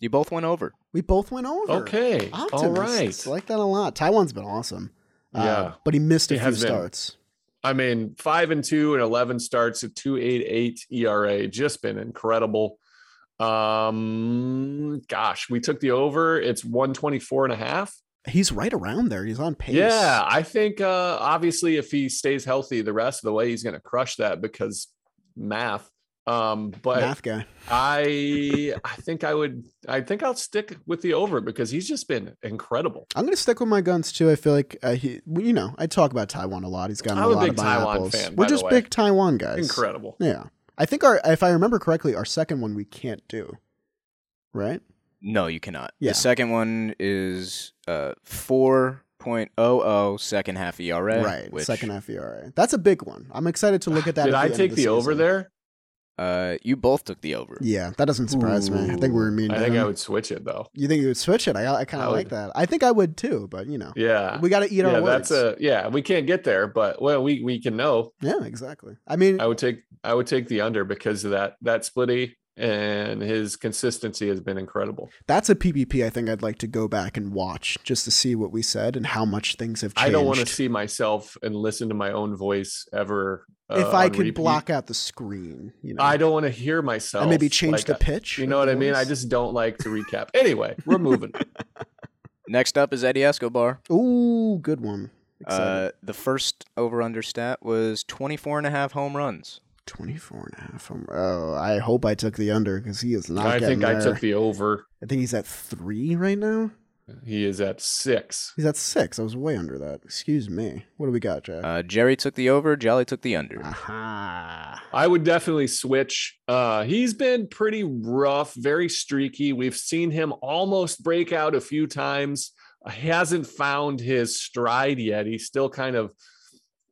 Speaker 3: You both went over.
Speaker 1: We both went over.
Speaker 2: Okay. All
Speaker 1: Optimists.
Speaker 2: right.
Speaker 1: Like that a lot. Taiwan's been awesome. Uh,
Speaker 2: Yeah.
Speaker 1: But he missed a
Speaker 2: He
Speaker 1: few
Speaker 2: has been.
Speaker 1: starts.
Speaker 2: I mean, five and two and eleven starts at two eight eight ERA. Just been incredible. Um, gosh, we took the over. It's 124 and a half.
Speaker 1: He's right around there. He's on pace.
Speaker 2: Yeah, I think uh obviously if he stays healthy the rest of the way, he's gonna crush that because math. Um, but
Speaker 1: Math guy.
Speaker 2: I I think I would I think I'll stick with the over because he's just been incredible.
Speaker 1: I'm going to stick with my guns too. I feel like, uh, he, well, you know, I talk about Taiwan a lot. He's gotten
Speaker 2: I'm
Speaker 1: a
Speaker 2: a
Speaker 1: lot
Speaker 2: big
Speaker 1: of my
Speaker 2: Taiwan
Speaker 1: apples.
Speaker 2: fan,
Speaker 1: We're
Speaker 2: by the
Speaker 1: just
Speaker 2: way.
Speaker 1: big Taiwan guys.
Speaker 2: Incredible.
Speaker 1: Yeah. I think our, if I remember correctly, our second one we can't do. Right?
Speaker 3: No, you cannot.
Speaker 1: Yeah.
Speaker 3: The second one is uh, 4.00 second half
Speaker 2: E
Speaker 3: ERA.
Speaker 1: Right.
Speaker 3: Which,
Speaker 1: Second half ERA. That's a big one. I'm excited to look at that.
Speaker 2: Did
Speaker 1: at
Speaker 2: I
Speaker 1: end of
Speaker 2: take the, over
Speaker 1: season.
Speaker 2: there?
Speaker 3: Uh, you both took the over.
Speaker 1: Yeah, that doesn't surprise me. I think we were mean.
Speaker 2: I
Speaker 1: to
Speaker 2: think
Speaker 1: him.
Speaker 2: I would switch it though.
Speaker 1: You think you would switch it? I, I kind
Speaker 2: I
Speaker 1: of
Speaker 2: would.
Speaker 1: like that. I think I would too, but you know,
Speaker 2: Yeah.
Speaker 1: we got to eat
Speaker 2: yeah,
Speaker 1: our words.
Speaker 2: that's a yeah. We can't get there, but well, we we can know.
Speaker 1: yeah, exactly. I mean,
Speaker 2: I would take I would take the under because of that that splitty and his consistency has been incredible.
Speaker 1: that's a PPP. I think I'd like to go back and watch just to see what we said and how much things have changed.
Speaker 2: I don't want to see myself and listen to my own voice ever. uh,
Speaker 1: if I
Speaker 2: on
Speaker 1: could
Speaker 2: repeat.
Speaker 1: block out the screen. You know,
Speaker 2: I don't want to hear myself.
Speaker 1: and maybe change
Speaker 2: like,
Speaker 1: the
Speaker 2: uh,
Speaker 1: pitch.
Speaker 2: You
Speaker 1: of
Speaker 2: know what
Speaker 1: the
Speaker 2: I mean? I
Speaker 1: voice.
Speaker 2: just don't like to recap. Anyway, we're moving.
Speaker 3: Next up is Eddie Escobar.
Speaker 1: ooh, good one. Excited.
Speaker 3: Uh, the first over under stat was 24 and a half home runs.
Speaker 1: 24 and a half. Um, Oh, I hope I took the under because he is not.
Speaker 2: I
Speaker 1: getting
Speaker 2: think I
Speaker 1: there.
Speaker 2: took the over.
Speaker 1: I think he's at three right now.
Speaker 2: He is at six.
Speaker 1: He's at six. I was way under that. Excuse me. What do we got, Jack?
Speaker 3: Uh, Jerry took the over. Jolly took the under.
Speaker 1: Ah. Aha.
Speaker 2: I would definitely switch. Uh, he's been pretty rough, very streaky. We've seen him almost break out a few times. He hasn't found his stride yet. He's still kind of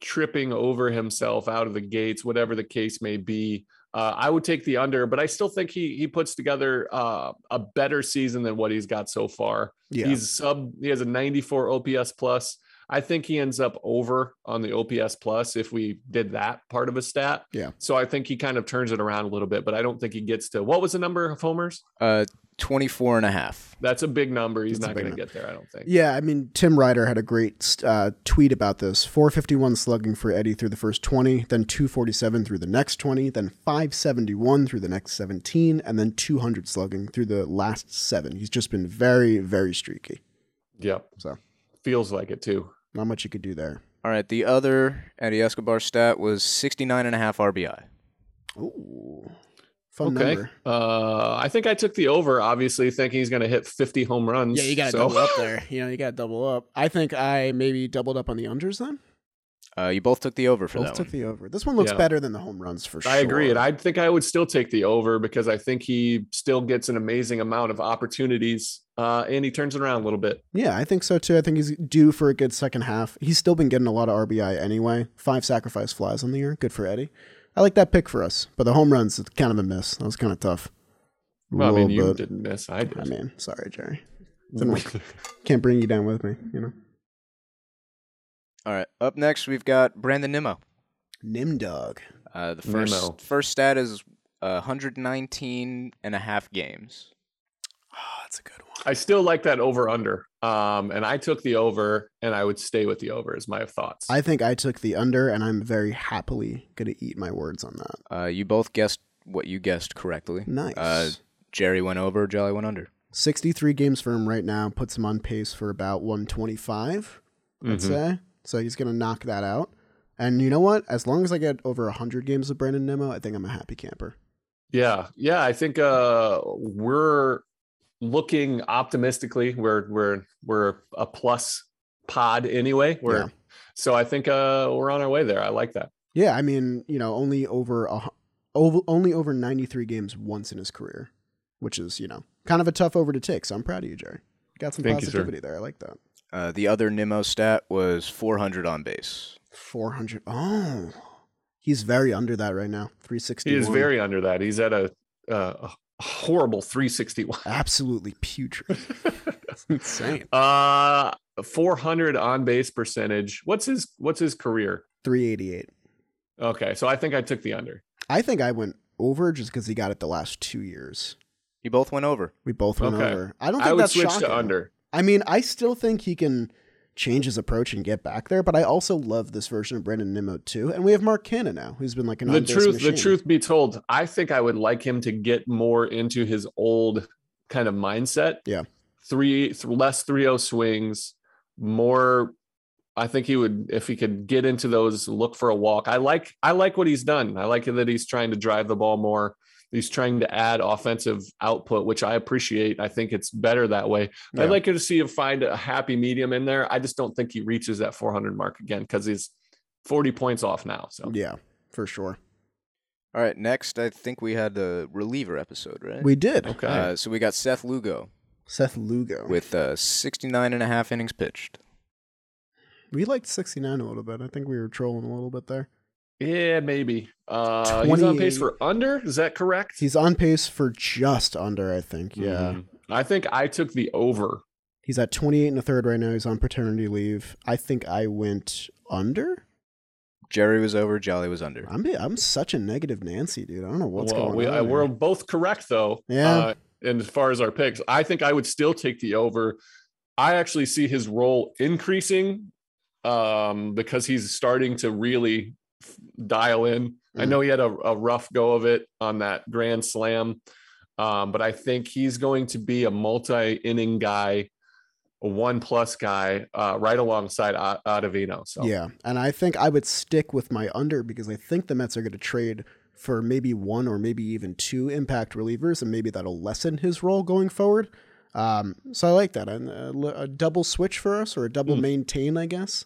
Speaker 2: tripping over himself out of the gates, whatever the case may be. Uh, I would take the under, but I still think he he puts together uh, a better season than what he's got so far.
Speaker 1: Yeah.
Speaker 2: He's sub. He has a 94 OPS plus. I think he ends up over on the OPS plus if we did that part of a stat.
Speaker 1: Yeah.
Speaker 2: So I think he kind of turns it around a little bit, but I don't think he gets to what was the number of homers?
Speaker 3: Uh, 24 and a half.
Speaker 2: That's a big number. He's
Speaker 1: That's a
Speaker 2: not
Speaker 1: big
Speaker 2: going to
Speaker 1: number.
Speaker 2: get there, I don't think.
Speaker 1: Yeah, I mean, Tim Ryder had a great uh, tweet about this 451 slugging for Eddie through the first 20, then 247 through the next 20, then 571 through the next 17, and then 200 slugging through the last seven. He's just been very, very streaky.
Speaker 2: Yep.
Speaker 1: So.
Speaker 2: feels like it too.
Speaker 1: Not much you could do there.
Speaker 3: All right. The other Eddie Escobar stat was 69 and a half RBI.
Speaker 1: Ooh. Fun
Speaker 2: okay.
Speaker 1: number.
Speaker 2: Uh, I think I took the over, obviously, thinking he's going to hit 50 home runs.
Speaker 1: Yeah, you got to
Speaker 2: So-
Speaker 1: double up there. You know, you got to double up. I think I maybe doubled up on the unders then.
Speaker 3: Uh, you both took the over for
Speaker 1: Both
Speaker 3: that
Speaker 1: took
Speaker 3: one.
Speaker 1: the over. This one looks
Speaker 2: Yeah.
Speaker 1: better than the home runs for sure.
Speaker 2: I agree. And I think I would still take the over because I think he still gets an amazing amount of opportunities uh, and he turns it around a little bit.
Speaker 1: Yeah, I think so too. I think he's due for a good second half. He's still been getting a lot of RBI anyway. Five sacrifice flies on the year. Good for Eddie. I like that pick for us, but the home runs it's kind of a miss. That was kind of tough.
Speaker 2: Well, I mean, you
Speaker 1: Little bit.
Speaker 2: didn't miss. I
Speaker 1: I
Speaker 2: did.
Speaker 1: mean, sorry, Jerry. Can't bring you down with me. You know,
Speaker 3: All right. Up next, we've got Brandon Nimmo.
Speaker 1: Nim Dog.
Speaker 3: Uh, the first
Speaker 2: Nimmo.
Speaker 3: first stat is uh, 119 and a half games.
Speaker 1: Oh, that's a good one.
Speaker 2: I still like that over under. Um, and I took the over and I would stay with the over, is my thoughts.
Speaker 1: I think I took the under, and I'm very happily gonna eat my words on that.
Speaker 3: Uh, you both guessed what you guessed correctly.
Speaker 1: Nice.
Speaker 3: Uh, Jerry went over. Jolly went under.
Speaker 1: 63 games for him right now puts him on pace for about 125 i'd
Speaker 2: Mhm.
Speaker 1: say so he's gonna knock that out and you know what as long as i get over 100 games of brandon nemo i think i'm a happy camper
Speaker 2: Yeah, yeah, I think uh we're looking optimistically. We're we're we're a plus pod anyway. We're
Speaker 1: Yeah.
Speaker 2: so I think uh we're on our way there. I like that.
Speaker 1: yeah i mean you know only over a, hu- over only over 93 games once in his career which is you know kind of a tough over to take so i'm proud of you jerry got some
Speaker 2: Thank you, sir.
Speaker 1: positivity there i like that
Speaker 3: Uh, the other Nimmo stat was 400 on base.
Speaker 1: 400 oh he's very under that right now 360
Speaker 2: He is very under that. He's at a uh, a horrible 361.
Speaker 1: absolutely putrid insane
Speaker 2: Uh 400 on base percentage. What's his what's his career?
Speaker 1: 388
Speaker 2: Okay, so I think I took the under.
Speaker 1: I think I went over just because he got it the last two years.
Speaker 3: You both went over.
Speaker 1: We both went
Speaker 2: Okay.
Speaker 1: over. I don't
Speaker 2: I,
Speaker 1: think
Speaker 2: would
Speaker 1: that's
Speaker 2: switch
Speaker 1: shocking.
Speaker 2: to under.
Speaker 1: I mean, I still think he can change his approach and get back there, but I also love this version of Brandon Nimmo too. And we have Mark Canna now, who's been like an
Speaker 2: the
Speaker 1: on-base
Speaker 2: truth
Speaker 1: machine.
Speaker 2: the truth be told i think i would like him to get more into his old kind of mindset
Speaker 1: Yeah.
Speaker 2: three th- less 3-0 swings more i think he would if he could get into those look for a walk i like i like what he's done i like that he's trying to drive the ball more he's trying to add offensive output which i appreciate i think it's better that way
Speaker 1: Yeah.
Speaker 2: i'd like to see him find a happy medium in there i just don't think he reaches that 400 mark again because he's 40 points off now so
Speaker 1: Yeah, for sure.
Speaker 3: All right, next, I think we had the reliever episode, right?
Speaker 1: We did.
Speaker 2: okay
Speaker 3: Uh, so we got Seth Lugo
Speaker 1: Seth Lugo.
Speaker 3: with uh, 69 and a half innings pitched.
Speaker 1: we liked 69 a little bit. I think we were trolling a little bit there.
Speaker 2: Yeah, maybe. Uh, he's on
Speaker 1: 28.
Speaker 2: pace for under. Is that correct?
Speaker 1: He's on pace for just under, I think. Yeah.
Speaker 2: Mhm. I think I took the over.
Speaker 1: He's at 28 and a third right now. He's on paternity leave. I think I went under.
Speaker 3: Jerry was over. Jolly was under.
Speaker 1: I'm be- I'm such a negative Nancy, dude. I don't know what's
Speaker 2: Well,
Speaker 1: going
Speaker 2: we,
Speaker 1: on.
Speaker 2: I-
Speaker 1: here.
Speaker 2: We're both correct though.
Speaker 1: Yeah.
Speaker 2: Uh, and as far as our picks, I think I would still take the over. I actually see his role increasing um, because he's starting to really f- dial in. I
Speaker 1: Mm.
Speaker 2: know he had a, a rough go of it on that grand slam, um, but I think he's going to be a multi inning guy, a one plus guy, uh, right alongside A- Ottavino. So
Speaker 1: Yeah, and I think I would stick with my under because I think the Mets are going to trade for maybe one or maybe even two impact relievers, and maybe that'll lessen his role going forward. Um, so I like that, and a, li- a double switch for us or a double
Speaker 2: Mm.
Speaker 1: maintain, I guess.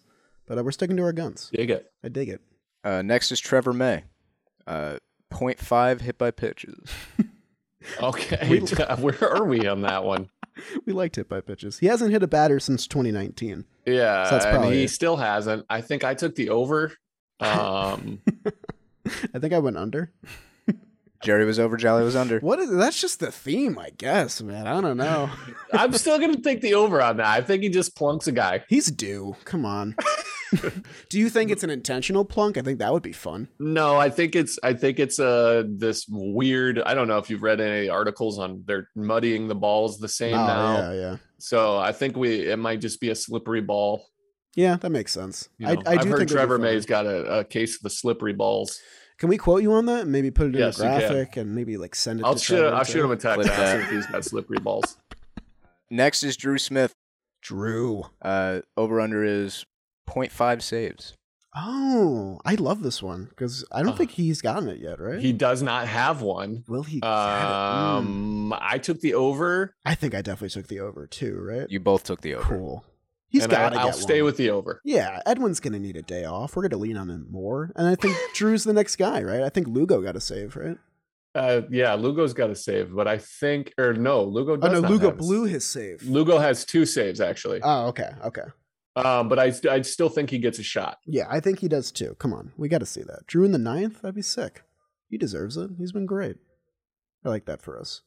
Speaker 1: But uh, we're sticking to our guns.
Speaker 2: dig it.
Speaker 1: I dig it.
Speaker 3: Uh, next is Trevor May. Uh, 0.5 hit by pitches.
Speaker 2: Okay. Where are we on that one?
Speaker 1: We liked hit by pitches. He hasn't hit a batter since 2019.
Speaker 2: Yeah,
Speaker 1: So that's
Speaker 2: and
Speaker 1: probably
Speaker 2: he
Speaker 1: it.
Speaker 2: still hasn't. I think I took the over. Um,
Speaker 1: I think I went under.
Speaker 3: Jerry was over, Jolly was under.
Speaker 1: What is that's just the theme, I guess, man. I don't know.
Speaker 2: I'm still going to take the over on that. I think he just plunks a guy.
Speaker 1: He's due. Come on. Do you think it's an intentional plunk? I think that would be fun.
Speaker 2: No, I think it's I think it's uh this weird. I don't know if you've read any articles on they're muddying the balls the same
Speaker 1: Oh,
Speaker 2: now.
Speaker 1: Yeah, yeah.
Speaker 2: So I think we it might just be a slippery ball.
Speaker 1: Yeah, that makes sense.
Speaker 2: you
Speaker 1: I,
Speaker 2: know.
Speaker 1: I
Speaker 2: I've
Speaker 1: do think
Speaker 2: heard
Speaker 1: it'd be
Speaker 2: Trevor
Speaker 1: fun.
Speaker 2: May's got a, a case of the slippery balls.
Speaker 1: Can we quote you on that and maybe put it in
Speaker 2: Yes,
Speaker 1: a
Speaker 2: you can.
Speaker 1: graphic and maybe like send it
Speaker 2: I'll
Speaker 1: to
Speaker 2: shoot
Speaker 1: Trevor
Speaker 2: I'll
Speaker 1: too?
Speaker 2: shoot him a text
Speaker 3: Flip
Speaker 2: and
Speaker 3: that.
Speaker 2: ask if he's got slippery balls.
Speaker 3: Next is Drew Smith.
Speaker 1: Drew.
Speaker 3: Uh, over under is 0.5 saves.
Speaker 1: Oh, I love this one because I don't
Speaker 2: Uh,
Speaker 1: think he's gotten it yet, right?
Speaker 2: He does not have one.
Speaker 1: Will he? get it? Mm.
Speaker 2: Um I took the over
Speaker 1: I think I definitely took the over too, right?
Speaker 3: You both took the over.
Speaker 1: Cool. He's
Speaker 2: and I,
Speaker 1: got to
Speaker 2: I'll
Speaker 1: get
Speaker 2: stay
Speaker 1: one.
Speaker 2: with the over.
Speaker 1: Yeah, Edwin's gonna need a day off. We're gonna lean on him more, and I think Drew's the next guy, right? I think Lugo got a save, right?
Speaker 2: Uh, yeah, Lugo's got a save, but I think or no, Lugo.
Speaker 1: Oh
Speaker 2: Does
Speaker 1: no,
Speaker 2: not
Speaker 1: Lugo
Speaker 2: have a s-
Speaker 1: blew his save.
Speaker 2: Lugo has two saves actually,
Speaker 1: oh, okay, okay. Oh.
Speaker 2: um, but I I still think he gets a shot.
Speaker 1: Yeah, I think he does too. Come on, we got to see that. Drew in the ninth, that'd be sick. He deserves it. He's been great. I like that for us.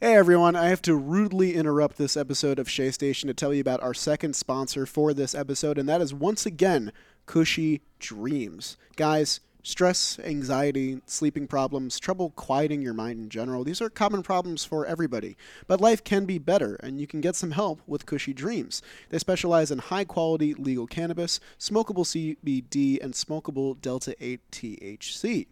Speaker 1: Hey everyone, I have to rudely interrupt this episode of Shea Station to tell you about our second sponsor for this episode, and that is once again Cushy Dreams. Guys, stress, anxiety, sleeping problems, trouble quieting your mind in general, these are common problems for everybody. But life can be better, and you can get some help with Cushy Dreams. They specialize in high quality legal cannabis, smokable CBD, and smokable Delta 8 THC.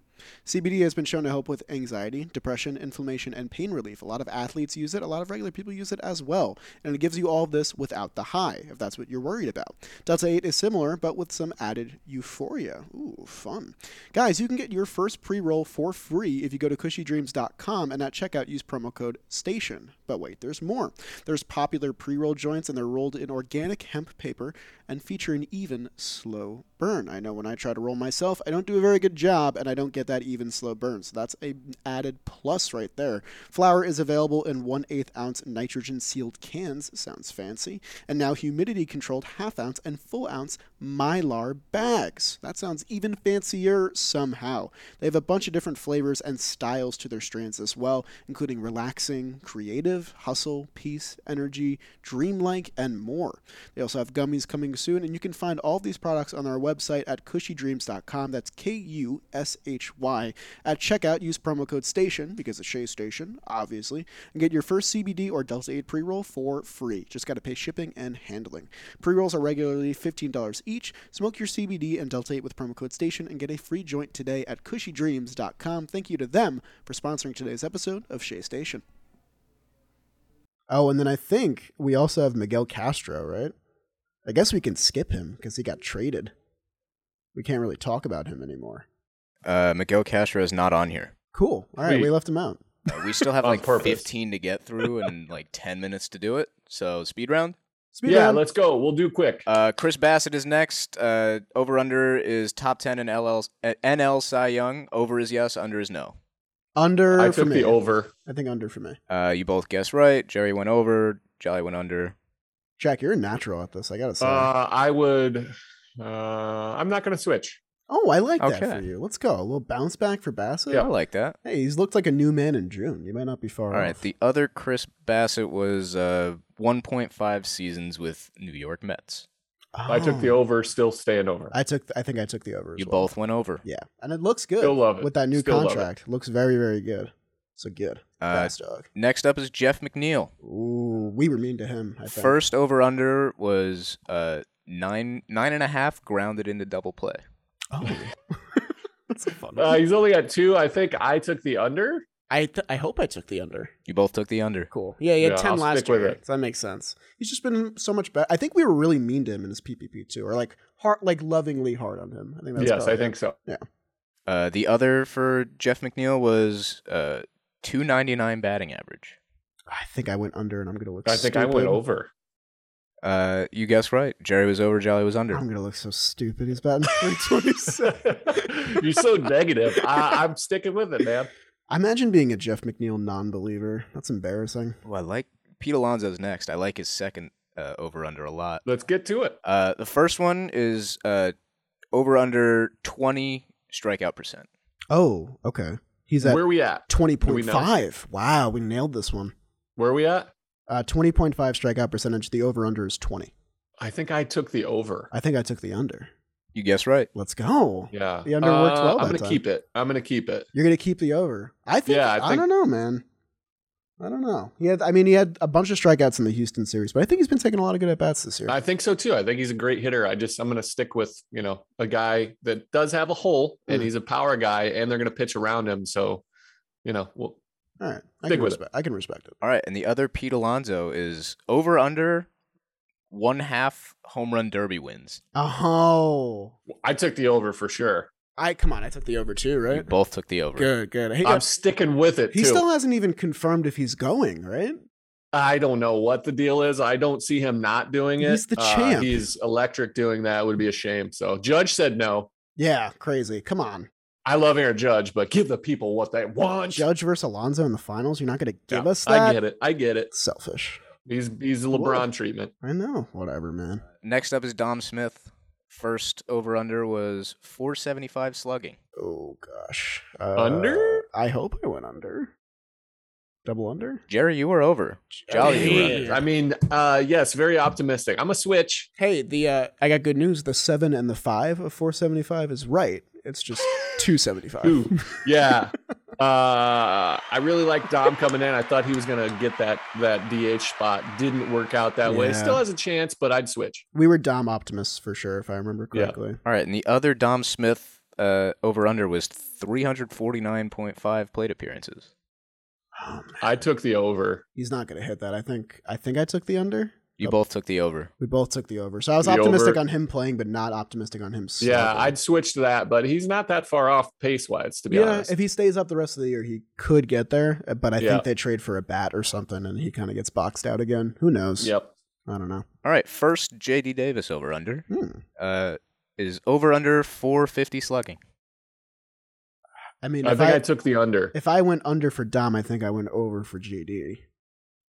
Speaker 1: CBD has been shown to help with anxiety, depression, inflammation, and pain relief. A lot of athletes use it, a lot of regular people use it as well. And it gives you all of this without the high, if that's what you're worried about. Delta 8 is similar, but with some added euphoria. Ooh, fun. Guys, you can get your first pre roll for free if you go to cushydreams.com and at checkout use promo code STATION. But wait, there's more. There's popular pre roll joints, and they're rolled in organic hemp paper and feature an even slow burn. I know when I try to roll myself, I don't do a very good job and I don't get that even slow burn. So that's a added plus right there. Flour is available in 1 8 ounce nitrogen sealed cans. Sounds fancy. And now humidity controlled half ounce and full ounce mylar bags. That sounds even fancier somehow. They have a bunch of different flavors and styles to their strands as well, including relaxing, creative, hustle, peace, energy, dreamlike, and more. They also have gummies coming soon, and you can find all of these products on our website at cushydreams.com. That's K U S H Y. At checkout, use promo code STATION, because it's Shea Station, obviously, and get your first CBD or Delta 8 pre roll for free. Just got to pay shipping and handling. Pre rolls are regularly $15 each. Smoke your CBD and Delta 8 with promo code STATION and get a free joint today at cushydreams.com. Thank you to them for sponsoring today's episode of Shea Station. Oh, and then I think we also have Miguel Castro, right? I guess we can skip him because he got traded. We can't really talk about him anymore.
Speaker 3: Uh, Miguel Castro is not on here.
Speaker 1: Cool. All right, we
Speaker 2: Sweet.
Speaker 1: left him out.
Speaker 3: Uh, we still have
Speaker 2: On
Speaker 3: like
Speaker 2: purpose.
Speaker 3: 15 to get through and like 10 minutes to do it. So speed round.
Speaker 1: Speed
Speaker 2: yeah,
Speaker 1: round.
Speaker 2: let's go. We'll do quick.
Speaker 3: Uh, Chris Bassett is next. Uh, over under is top 10 in LL, uh, NL Cy Young. Over is yes, under is no.
Speaker 1: under.
Speaker 2: I
Speaker 1: for
Speaker 2: took
Speaker 1: me.
Speaker 2: the over.
Speaker 1: I think under for me.
Speaker 3: Uh, you both guessed right. Jerry went over. Jolly went under.
Speaker 1: Jack, you're a natural at this. I gotta say.
Speaker 2: Uh, I would. Uh, I'm not going to switch.
Speaker 1: oh, I like that
Speaker 3: okay.
Speaker 1: for you. Let's go. A little bounce back for Bassett.
Speaker 3: I like that.
Speaker 1: Hey, he's looked like a new man in June. You might not be far
Speaker 3: All right.
Speaker 1: off.
Speaker 3: The other Chris Bassett was uh, 1.5 seasons with New York Mets.
Speaker 2: I took the
Speaker 1: Oh.
Speaker 2: over. Still staying over.
Speaker 1: I took. I think I took the over. as
Speaker 3: You
Speaker 1: well.
Speaker 3: both went over.
Speaker 1: Yeah, and it looks good.
Speaker 2: Still love it.
Speaker 1: with that new
Speaker 2: Still love it.
Speaker 1: contract. Looks very very good. So good.
Speaker 3: Uh,
Speaker 1: Fast dog.
Speaker 3: next up is Jeff McNeil.
Speaker 1: Ooh, we were mean to him. I think.
Speaker 3: First over under was uh, nine nine and a half grounded into double play.
Speaker 1: Oh. That's a fun
Speaker 2: Uh, he's only got two. I think I took the under.
Speaker 1: I th- I hope I took the under.
Speaker 3: You both took the under.
Speaker 1: Cool. Yeah, he had
Speaker 2: Yeah,
Speaker 1: 10
Speaker 2: I'll
Speaker 1: last
Speaker 2: stick with
Speaker 1: year.
Speaker 2: it.
Speaker 1: So that makes sense. He's just been so much better. I think we were really mean to him in his PPP too, or like heart, like lovingly hard on him. I think that's
Speaker 2: yes,
Speaker 1: probably
Speaker 2: I think so.
Speaker 3: Uh, the other for Jeff McNeil was uh, 299 batting average.
Speaker 1: it. I think I went under, and I'm gonna look.
Speaker 2: I think I went
Speaker 1: stupid.
Speaker 2: over.
Speaker 3: Uh, you guessed right. Jerry was over, Jolly was under.
Speaker 1: I'm gonna look so stupid. He's batting 327.
Speaker 2: You're so negative. I, I'm sticking with it, man.
Speaker 1: Imagine being a Jeff McNeil non-believer. That's embarrassing.
Speaker 3: Oh, I like Pete Alonso's next. I like his second uh, over under a lot.
Speaker 2: Let's get to it.
Speaker 3: Uh, the first one is uh, over under 20 strikeout percent.
Speaker 1: Oh, okay. He's at
Speaker 2: Where we at? we know?
Speaker 1: 20.5. Wow, we nailed this one.
Speaker 2: Where we at?
Speaker 1: Uh, 20.5 strikeout percentage. The over under is 20.
Speaker 2: I think I took the over.
Speaker 1: I think I took the under.
Speaker 3: You guess right.
Speaker 1: Let's go.
Speaker 2: Yeah. Uh,
Speaker 1: The under worked well
Speaker 2: I'm
Speaker 1: that
Speaker 2: gonna
Speaker 1: time.
Speaker 2: keep it. I'm gonna keep it.
Speaker 1: You're going to keep the over. I think,
Speaker 2: Yeah, I
Speaker 1: I,
Speaker 2: think-
Speaker 1: don't know, man. I don't know. He had, I mean, he had a bunch of strikeouts in the Houston series, but I think he's been taking a lot of good at bats this year.
Speaker 2: I think so too. I think he's a great hitter. I just I'm gonna stick with, you know, a guy that does have a hole and
Speaker 1: Mm.
Speaker 2: he's a power guy and they're gonna pitch around him. So, you know, well,
Speaker 1: All right. I
Speaker 2: Stick
Speaker 1: can,
Speaker 2: with
Speaker 1: respect, I can respect it.
Speaker 3: All right, and the other Pete Alonso is over under one half home run derby wins.
Speaker 1: Oh.
Speaker 2: I took the over for sure.
Speaker 1: I Come on. I took the over too,
Speaker 3: We
Speaker 1: right?
Speaker 3: both took the over.
Speaker 1: Good, good. He,
Speaker 2: I'm sticking with it
Speaker 1: he
Speaker 2: too.
Speaker 1: still hasn't even confirmed if he's going, right?
Speaker 2: I don't know what the deal is. I don't see him not doing it. Uh,
Speaker 1: He's the champ.
Speaker 2: he's electric doing that. It would be a shame. So Judge said no.
Speaker 1: Yeah, crazy. Come on.
Speaker 2: I love Aaron Judge, but give the people what they want.
Speaker 1: Judge versus Alonzo in the finals. You're not going to
Speaker 2: Yeah,
Speaker 1: give us that?
Speaker 2: I get it. I get it.
Speaker 1: Selfish.
Speaker 2: He's he's LeBron treatment.
Speaker 1: I know. Whatever, man.
Speaker 3: Next up is Dom Smith. First over under was 475 slugging.
Speaker 1: Oh, gosh. Uh,
Speaker 2: Under?
Speaker 1: I hope I went under. Double under?
Speaker 3: Jerry, you were over. Jolly you were
Speaker 1: Hey.
Speaker 3: under.
Speaker 2: I mean, uh, yes, very optimistic. I'm a switch.
Speaker 1: Hey, the uh, I got good news. The seven and the five of 475 is right. It's just 275.
Speaker 2: Ooh, yeah. Uh, I really like Dom coming in. I thought he was gonna get that that DH spot. Didn't work out that way.
Speaker 1: Yeah.
Speaker 2: Still has a chance, but I'd switch.
Speaker 1: We were Dom optimists for sure, if I remember
Speaker 2: Yeah.
Speaker 1: correctly.
Speaker 3: All right, and the other Dom Smith uh, over under was 349.5 plate appearances.
Speaker 1: Oh, man.
Speaker 2: I took the over.
Speaker 1: He's not going to hit that. I think I think I took the under.
Speaker 3: You
Speaker 1: Oh.
Speaker 3: both took the over.
Speaker 1: We both took the over. So I was
Speaker 2: The
Speaker 1: optimistic
Speaker 2: over.
Speaker 1: on him playing, but not optimistic on him.
Speaker 2: Yeah,
Speaker 1: slugging.
Speaker 2: I'd switch to that, but he's not that far off pace wise, to be
Speaker 1: yeah,
Speaker 2: honest.
Speaker 1: if he stays up the rest of the year, he could get there. uh, But I
Speaker 2: Yeah.
Speaker 1: think they trade for a bat or something, and he kind of gets boxed out again. Who knows?
Speaker 2: Yep.
Speaker 1: I don't know.
Speaker 3: All right, first JD Davis over under
Speaker 1: Hmm.
Speaker 3: uh, is over under 450 slugging.
Speaker 1: I mean,
Speaker 2: I
Speaker 1: if
Speaker 2: think
Speaker 1: I,
Speaker 2: I, took the under.
Speaker 1: if I went under for Dom, I think I went over for GD.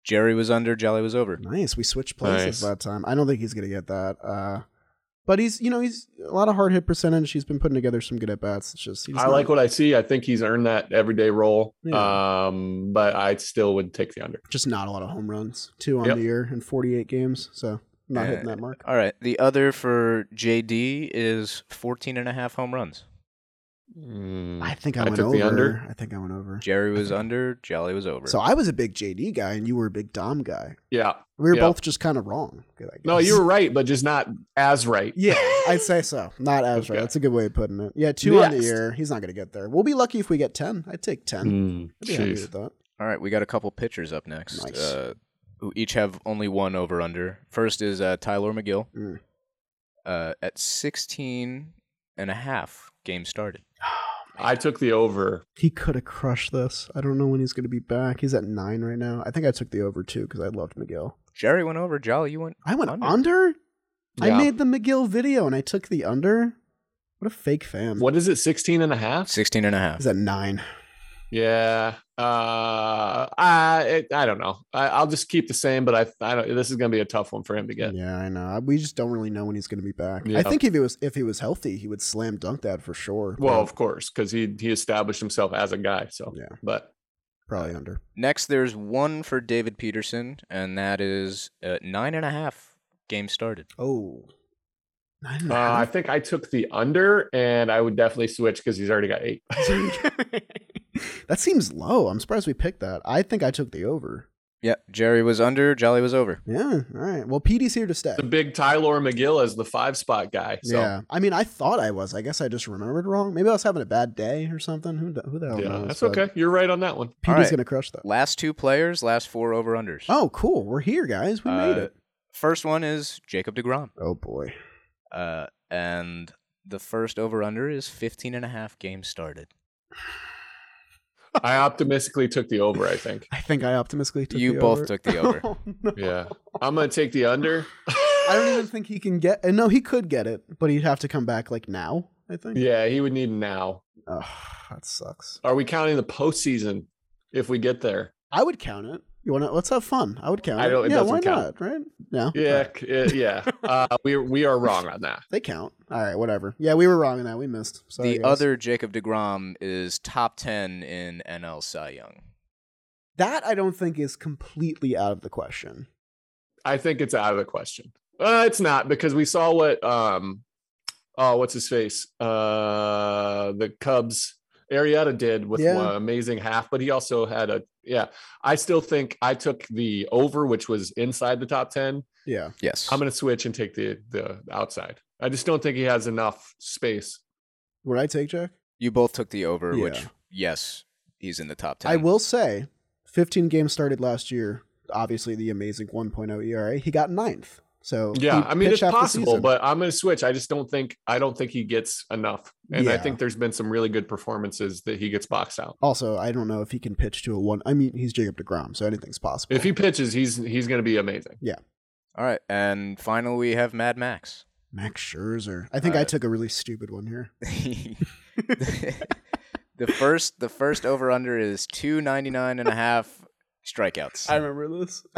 Speaker 3: Jerry was under, Jolly was over.
Speaker 1: Nice. We switched places
Speaker 2: Nice.
Speaker 1: that time. I don't think he's gonna get that. Uh, but he's you know he's a lot of hard hit percentage. He's been putting together some good at bats. It's just he's
Speaker 2: I
Speaker 1: not-
Speaker 2: like what I see. I think he's earned that everyday role.
Speaker 1: Yeah.
Speaker 2: Um, but I still would take the under.
Speaker 1: just not a lot of home runs. Two on
Speaker 2: Yep. Eh.
Speaker 1: the year in forty eight games. So not
Speaker 3: Yeah.
Speaker 1: hitting that mark.
Speaker 3: All right, the other for JD is 14 and a half home runs.
Speaker 1: I think I,
Speaker 2: I
Speaker 1: went
Speaker 2: took
Speaker 1: over.
Speaker 2: the under.
Speaker 1: I think I went over.
Speaker 3: Jerry was under, Jolly was over.
Speaker 1: So I was a big JD guy, and you were a big Dom guy.
Speaker 2: Yeah.
Speaker 1: We were
Speaker 2: Yeah.
Speaker 1: both just kind of wrong. I guess.
Speaker 2: No, you were right, but just not as right.
Speaker 1: Yeah, I'd say so. Not as right.
Speaker 2: Okay.
Speaker 1: That's a good way of putting it. Yeah, two on the
Speaker 2: Next.
Speaker 1: year. He's not going to get there. We'll be lucky if we get ten. I'd take ten.
Speaker 2: Mm,
Speaker 1: I'd be happy
Speaker 2: jeez.
Speaker 1: with that.
Speaker 3: All right, we got a couple pitchers up next.
Speaker 1: Nice.
Speaker 3: Uh, who each have only one over under. First is uh, Tyler McGill
Speaker 1: Mm.
Speaker 3: uh, at 16 and a half game started.
Speaker 2: I took the over.
Speaker 1: He could have crushed this. I don't know when he's going to be back. He's at nine right now. I think I took the over too because I loved McGill.
Speaker 3: Jerry went over, Jolly, you went.
Speaker 1: I went
Speaker 3: Under.
Speaker 1: under. I
Speaker 2: Yeah.
Speaker 1: made the McGill video and I took the under. What a fake fan.
Speaker 2: What is it? 16 and a half?
Speaker 3: 16 and a half.
Speaker 1: He's at nine.
Speaker 2: Yeah. Uh, I, it, I don't know. I, I'll just keep the same, but I, I don't, this is going to be a tough one for him to
Speaker 1: Yeah.
Speaker 2: get.
Speaker 1: I know. We just don't really know when he's going to be back.
Speaker 2: Yeah.
Speaker 1: I think if he was if he was healthy, he would slam dunk that for sure.
Speaker 2: Well,
Speaker 1: but
Speaker 2: of course, because he, he established himself as a guy. So,
Speaker 1: Yeah.
Speaker 2: but
Speaker 1: probably under.
Speaker 3: Next, there's one for David Peterson, and that is uh, nine and a half game started.
Speaker 1: Oh, nine and
Speaker 2: Uh,
Speaker 1: a
Speaker 2: I
Speaker 1: half.
Speaker 2: think I took the under, and I would definitely switch because he's already got eight.
Speaker 1: that seems low. I'm surprised we picked that. I think I took the over.
Speaker 3: Yeah, Jerry was under, Jolly was over.
Speaker 1: Yeah. All right. Well, PD's here to stay.
Speaker 2: The big Tyler McGill is the five spot guy. So
Speaker 1: Yeah. I mean, I thought I was. I guess I just remembered wrong. Maybe I was having a bad day or something. Who, the- who the hell
Speaker 2: yeah,
Speaker 1: knows?
Speaker 2: that's
Speaker 1: but
Speaker 2: okay. You're right on that one.
Speaker 1: PD's
Speaker 3: All right.
Speaker 1: going to crush that.
Speaker 3: Last two players, last four over unders.
Speaker 1: Oh, cool. We're here, guys. We made
Speaker 3: Uh,
Speaker 1: it.
Speaker 3: First one is Jacob DeGrom.
Speaker 1: Oh, boy.
Speaker 3: Uh, and the first over under is 15 and a half games started.
Speaker 2: I optimistically took the over. I think.
Speaker 1: I think I optimistically took
Speaker 3: you
Speaker 1: the
Speaker 3: both
Speaker 1: over.
Speaker 3: took the over.
Speaker 1: Oh, no.
Speaker 2: Yeah, I'm gonna take the under.
Speaker 1: I don't even think he can get. uh, No, he could get it, but he'd have to come back like now. I think.
Speaker 2: Yeah, he would need now.
Speaker 1: Ugh, that sucks.
Speaker 2: Are we counting the postseason if we get there?
Speaker 1: I would count it. You want to? Let's have fun. I would count.
Speaker 2: I don't- it
Speaker 1: yeah,
Speaker 2: doesn't
Speaker 1: why
Speaker 2: count.
Speaker 1: not? Right? No.
Speaker 2: Yeah, c- uh, yeah. Uh, we we are wrong on that.
Speaker 1: They count. All right, whatever. Yeah, we were wrong on that. We missed. Sorry,
Speaker 3: the
Speaker 1: guys.
Speaker 3: other Jacob DeGrom is top 10 in NL Cy Young.
Speaker 1: that I don't think is completely out of the question.
Speaker 2: I think it's out of the question. Uh, it's not because we saw what um oh what's his face uh the Cubs Arietta did with
Speaker 1: Yeah.
Speaker 2: one amazing half, but he also had a yeah. I still think I took the over, which was inside the top ten.
Speaker 1: Yeah.
Speaker 3: Yes.
Speaker 2: I'm gonna switch and take the the outside. I just don't think he has enough space.
Speaker 1: Would I take Jack?
Speaker 3: you both took the over,
Speaker 1: Yeah.
Speaker 3: which, yes, he's in the top 10.
Speaker 1: I will say, 15 games started last year. Obviously, the amazing 1.0 ERA. E He got ninth. So
Speaker 2: Yeah,
Speaker 1: he
Speaker 2: I mean
Speaker 1: pitched
Speaker 2: it's
Speaker 1: half the
Speaker 2: possible,
Speaker 1: season.
Speaker 2: but I'm gonna switch. I just don't think I don't think he gets enough, and I
Speaker 1: Yeah.
Speaker 2: think there's been some really good performances that he gets boxed out.
Speaker 1: also I don't know if he can pitch to a one. I mean, he's Jacob Degrom, so anything's possible.
Speaker 2: If he pitches, he's he's gonna be amazing.
Speaker 3: All right. And finally, we have Mad Max.
Speaker 1: Max Scherzer, I think I
Speaker 3: Alright.
Speaker 1: took a really stupid one here.
Speaker 3: the first the first over under is 299 and a half strikeouts.
Speaker 1: remember this.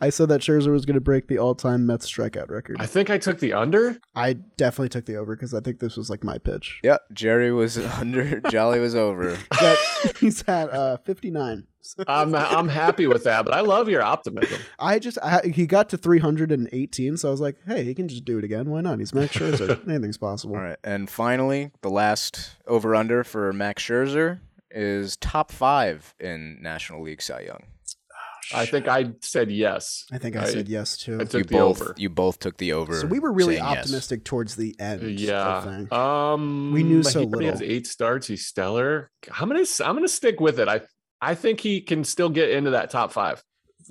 Speaker 1: I said that Scherzer was going to break the all-time Mets strikeout record.
Speaker 2: I think I took the under.
Speaker 1: I definitely took the over because I think this was like my pitch.
Speaker 3: yeah, Jerry was under, Jolly was over.
Speaker 1: That- he's at uh, 59. So
Speaker 2: I'm I'm happy with that, but I love your optimism.
Speaker 1: I just I, he got to 318, so I was like, hey, he can just do it again. Why not? He's Max Scherzer. Anything's possible.
Speaker 3: All right. And finally, the last over under for Max Scherzer is top 5 in National League Cy Young.
Speaker 2: I think I said yes.
Speaker 1: I think I, said yes too.
Speaker 2: I
Speaker 3: you
Speaker 2: took the
Speaker 3: both
Speaker 2: over.
Speaker 3: you both took the over.
Speaker 1: So we were really
Speaker 3: saying yes.
Speaker 1: optimistic towards the end. I
Speaker 2: Yeah.
Speaker 1: think.
Speaker 2: Um,
Speaker 1: We knew
Speaker 2: but
Speaker 1: so
Speaker 2: he already Has
Speaker 1: little.
Speaker 2: eight starts. He's stellar. I'm gonna I'm gonna stick with it. I I think he can still get into that top five.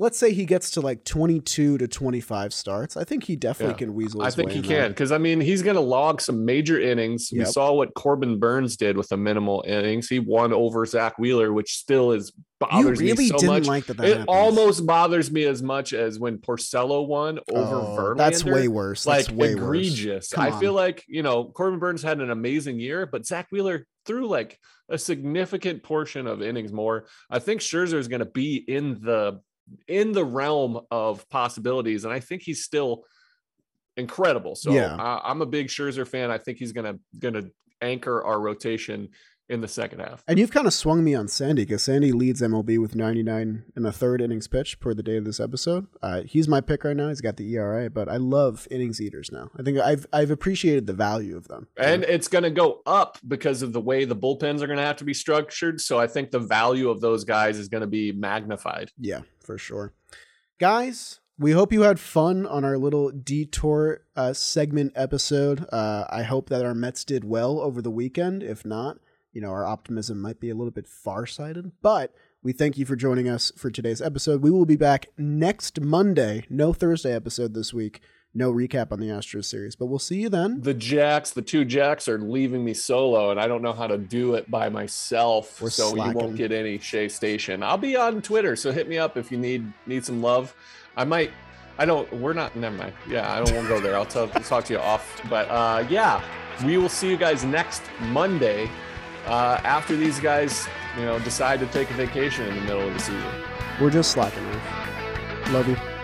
Speaker 1: Let's say he gets to like 22 to 25 starts. I think he definitely
Speaker 2: Yeah.
Speaker 1: can weasel.
Speaker 2: I
Speaker 1: His
Speaker 2: think
Speaker 1: way
Speaker 2: he
Speaker 1: in
Speaker 2: can
Speaker 1: there.
Speaker 2: because I mean he's gonna log some major innings. We
Speaker 1: Yep.
Speaker 2: saw what Corbin Burns did with the minimal innings. He won over Zach Wheeler, which still is
Speaker 1: You
Speaker 2: bothers
Speaker 1: really
Speaker 2: me so
Speaker 1: didn't
Speaker 2: much.
Speaker 1: like that. that
Speaker 2: it
Speaker 1: happened.
Speaker 2: almost bothers me as much as when Porcello won over
Speaker 1: Oh,
Speaker 2: Verlander.
Speaker 1: That's way worse. That's
Speaker 2: like
Speaker 1: way worse.
Speaker 2: egregious.
Speaker 1: Come
Speaker 2: I feel
Speaker 1: on.
Speaker 2: like you know Corbin Burns had an amazing year, but Zach Wheeler threw like a significant portion of innings more. I think Scherzer is going to be in the in the realm of possibilities, and I think he's still incredible. So
Speaker 1: Yeah.
Speaker 2: I, I'm a big Scherzer fan. I think he's going to going to anchor our rotation in the second half.
Speaker 1: And you've kind of swung me on Sandy because Sandy leads MLB with 99 and a third innings pitch per the day of this episode. Uh, he's my pick right now. He's got the ERA, but I love innings eaters now. I think I've I've appreciated the value of them.
Speaker 2: And it's going to go up because of the way the bullpens are going to have to be structured. So I think the value of those guys is going to be magnified.
Speaker 1: Yeah, for sure. Guys, we hope you had fun on our little detour uh, segment episode. Uh, I hope that our Mets did well over the weekend. If not, you know, our optimism might be a little bit farsighted, but we thank you for joining us for today's episode. We will be back next Monday. No Thursday episode this week. No recap on the Astros series, but we'll see you then.
Speaker 2: The Jacks, the two Jacks are leaving me solo, and I don't know how to do it by myself.
Speaker 1: We're
Speaker 2: so you
Speaker 1: slacking.
Speaker 2: won't get any Shea Station. I'll be on Twitter, so hit me up if you need need some love. I might. I don't. We're not. Never mind. Yeah, I don't want to go there. I'll tell, talk to you off. But uh, yeah, we will see you guys next Monday uh, after these guys, you know, decide to take a vacation in the middle of the season.
Speaker 1: We're just slacking. Ralph. Love you.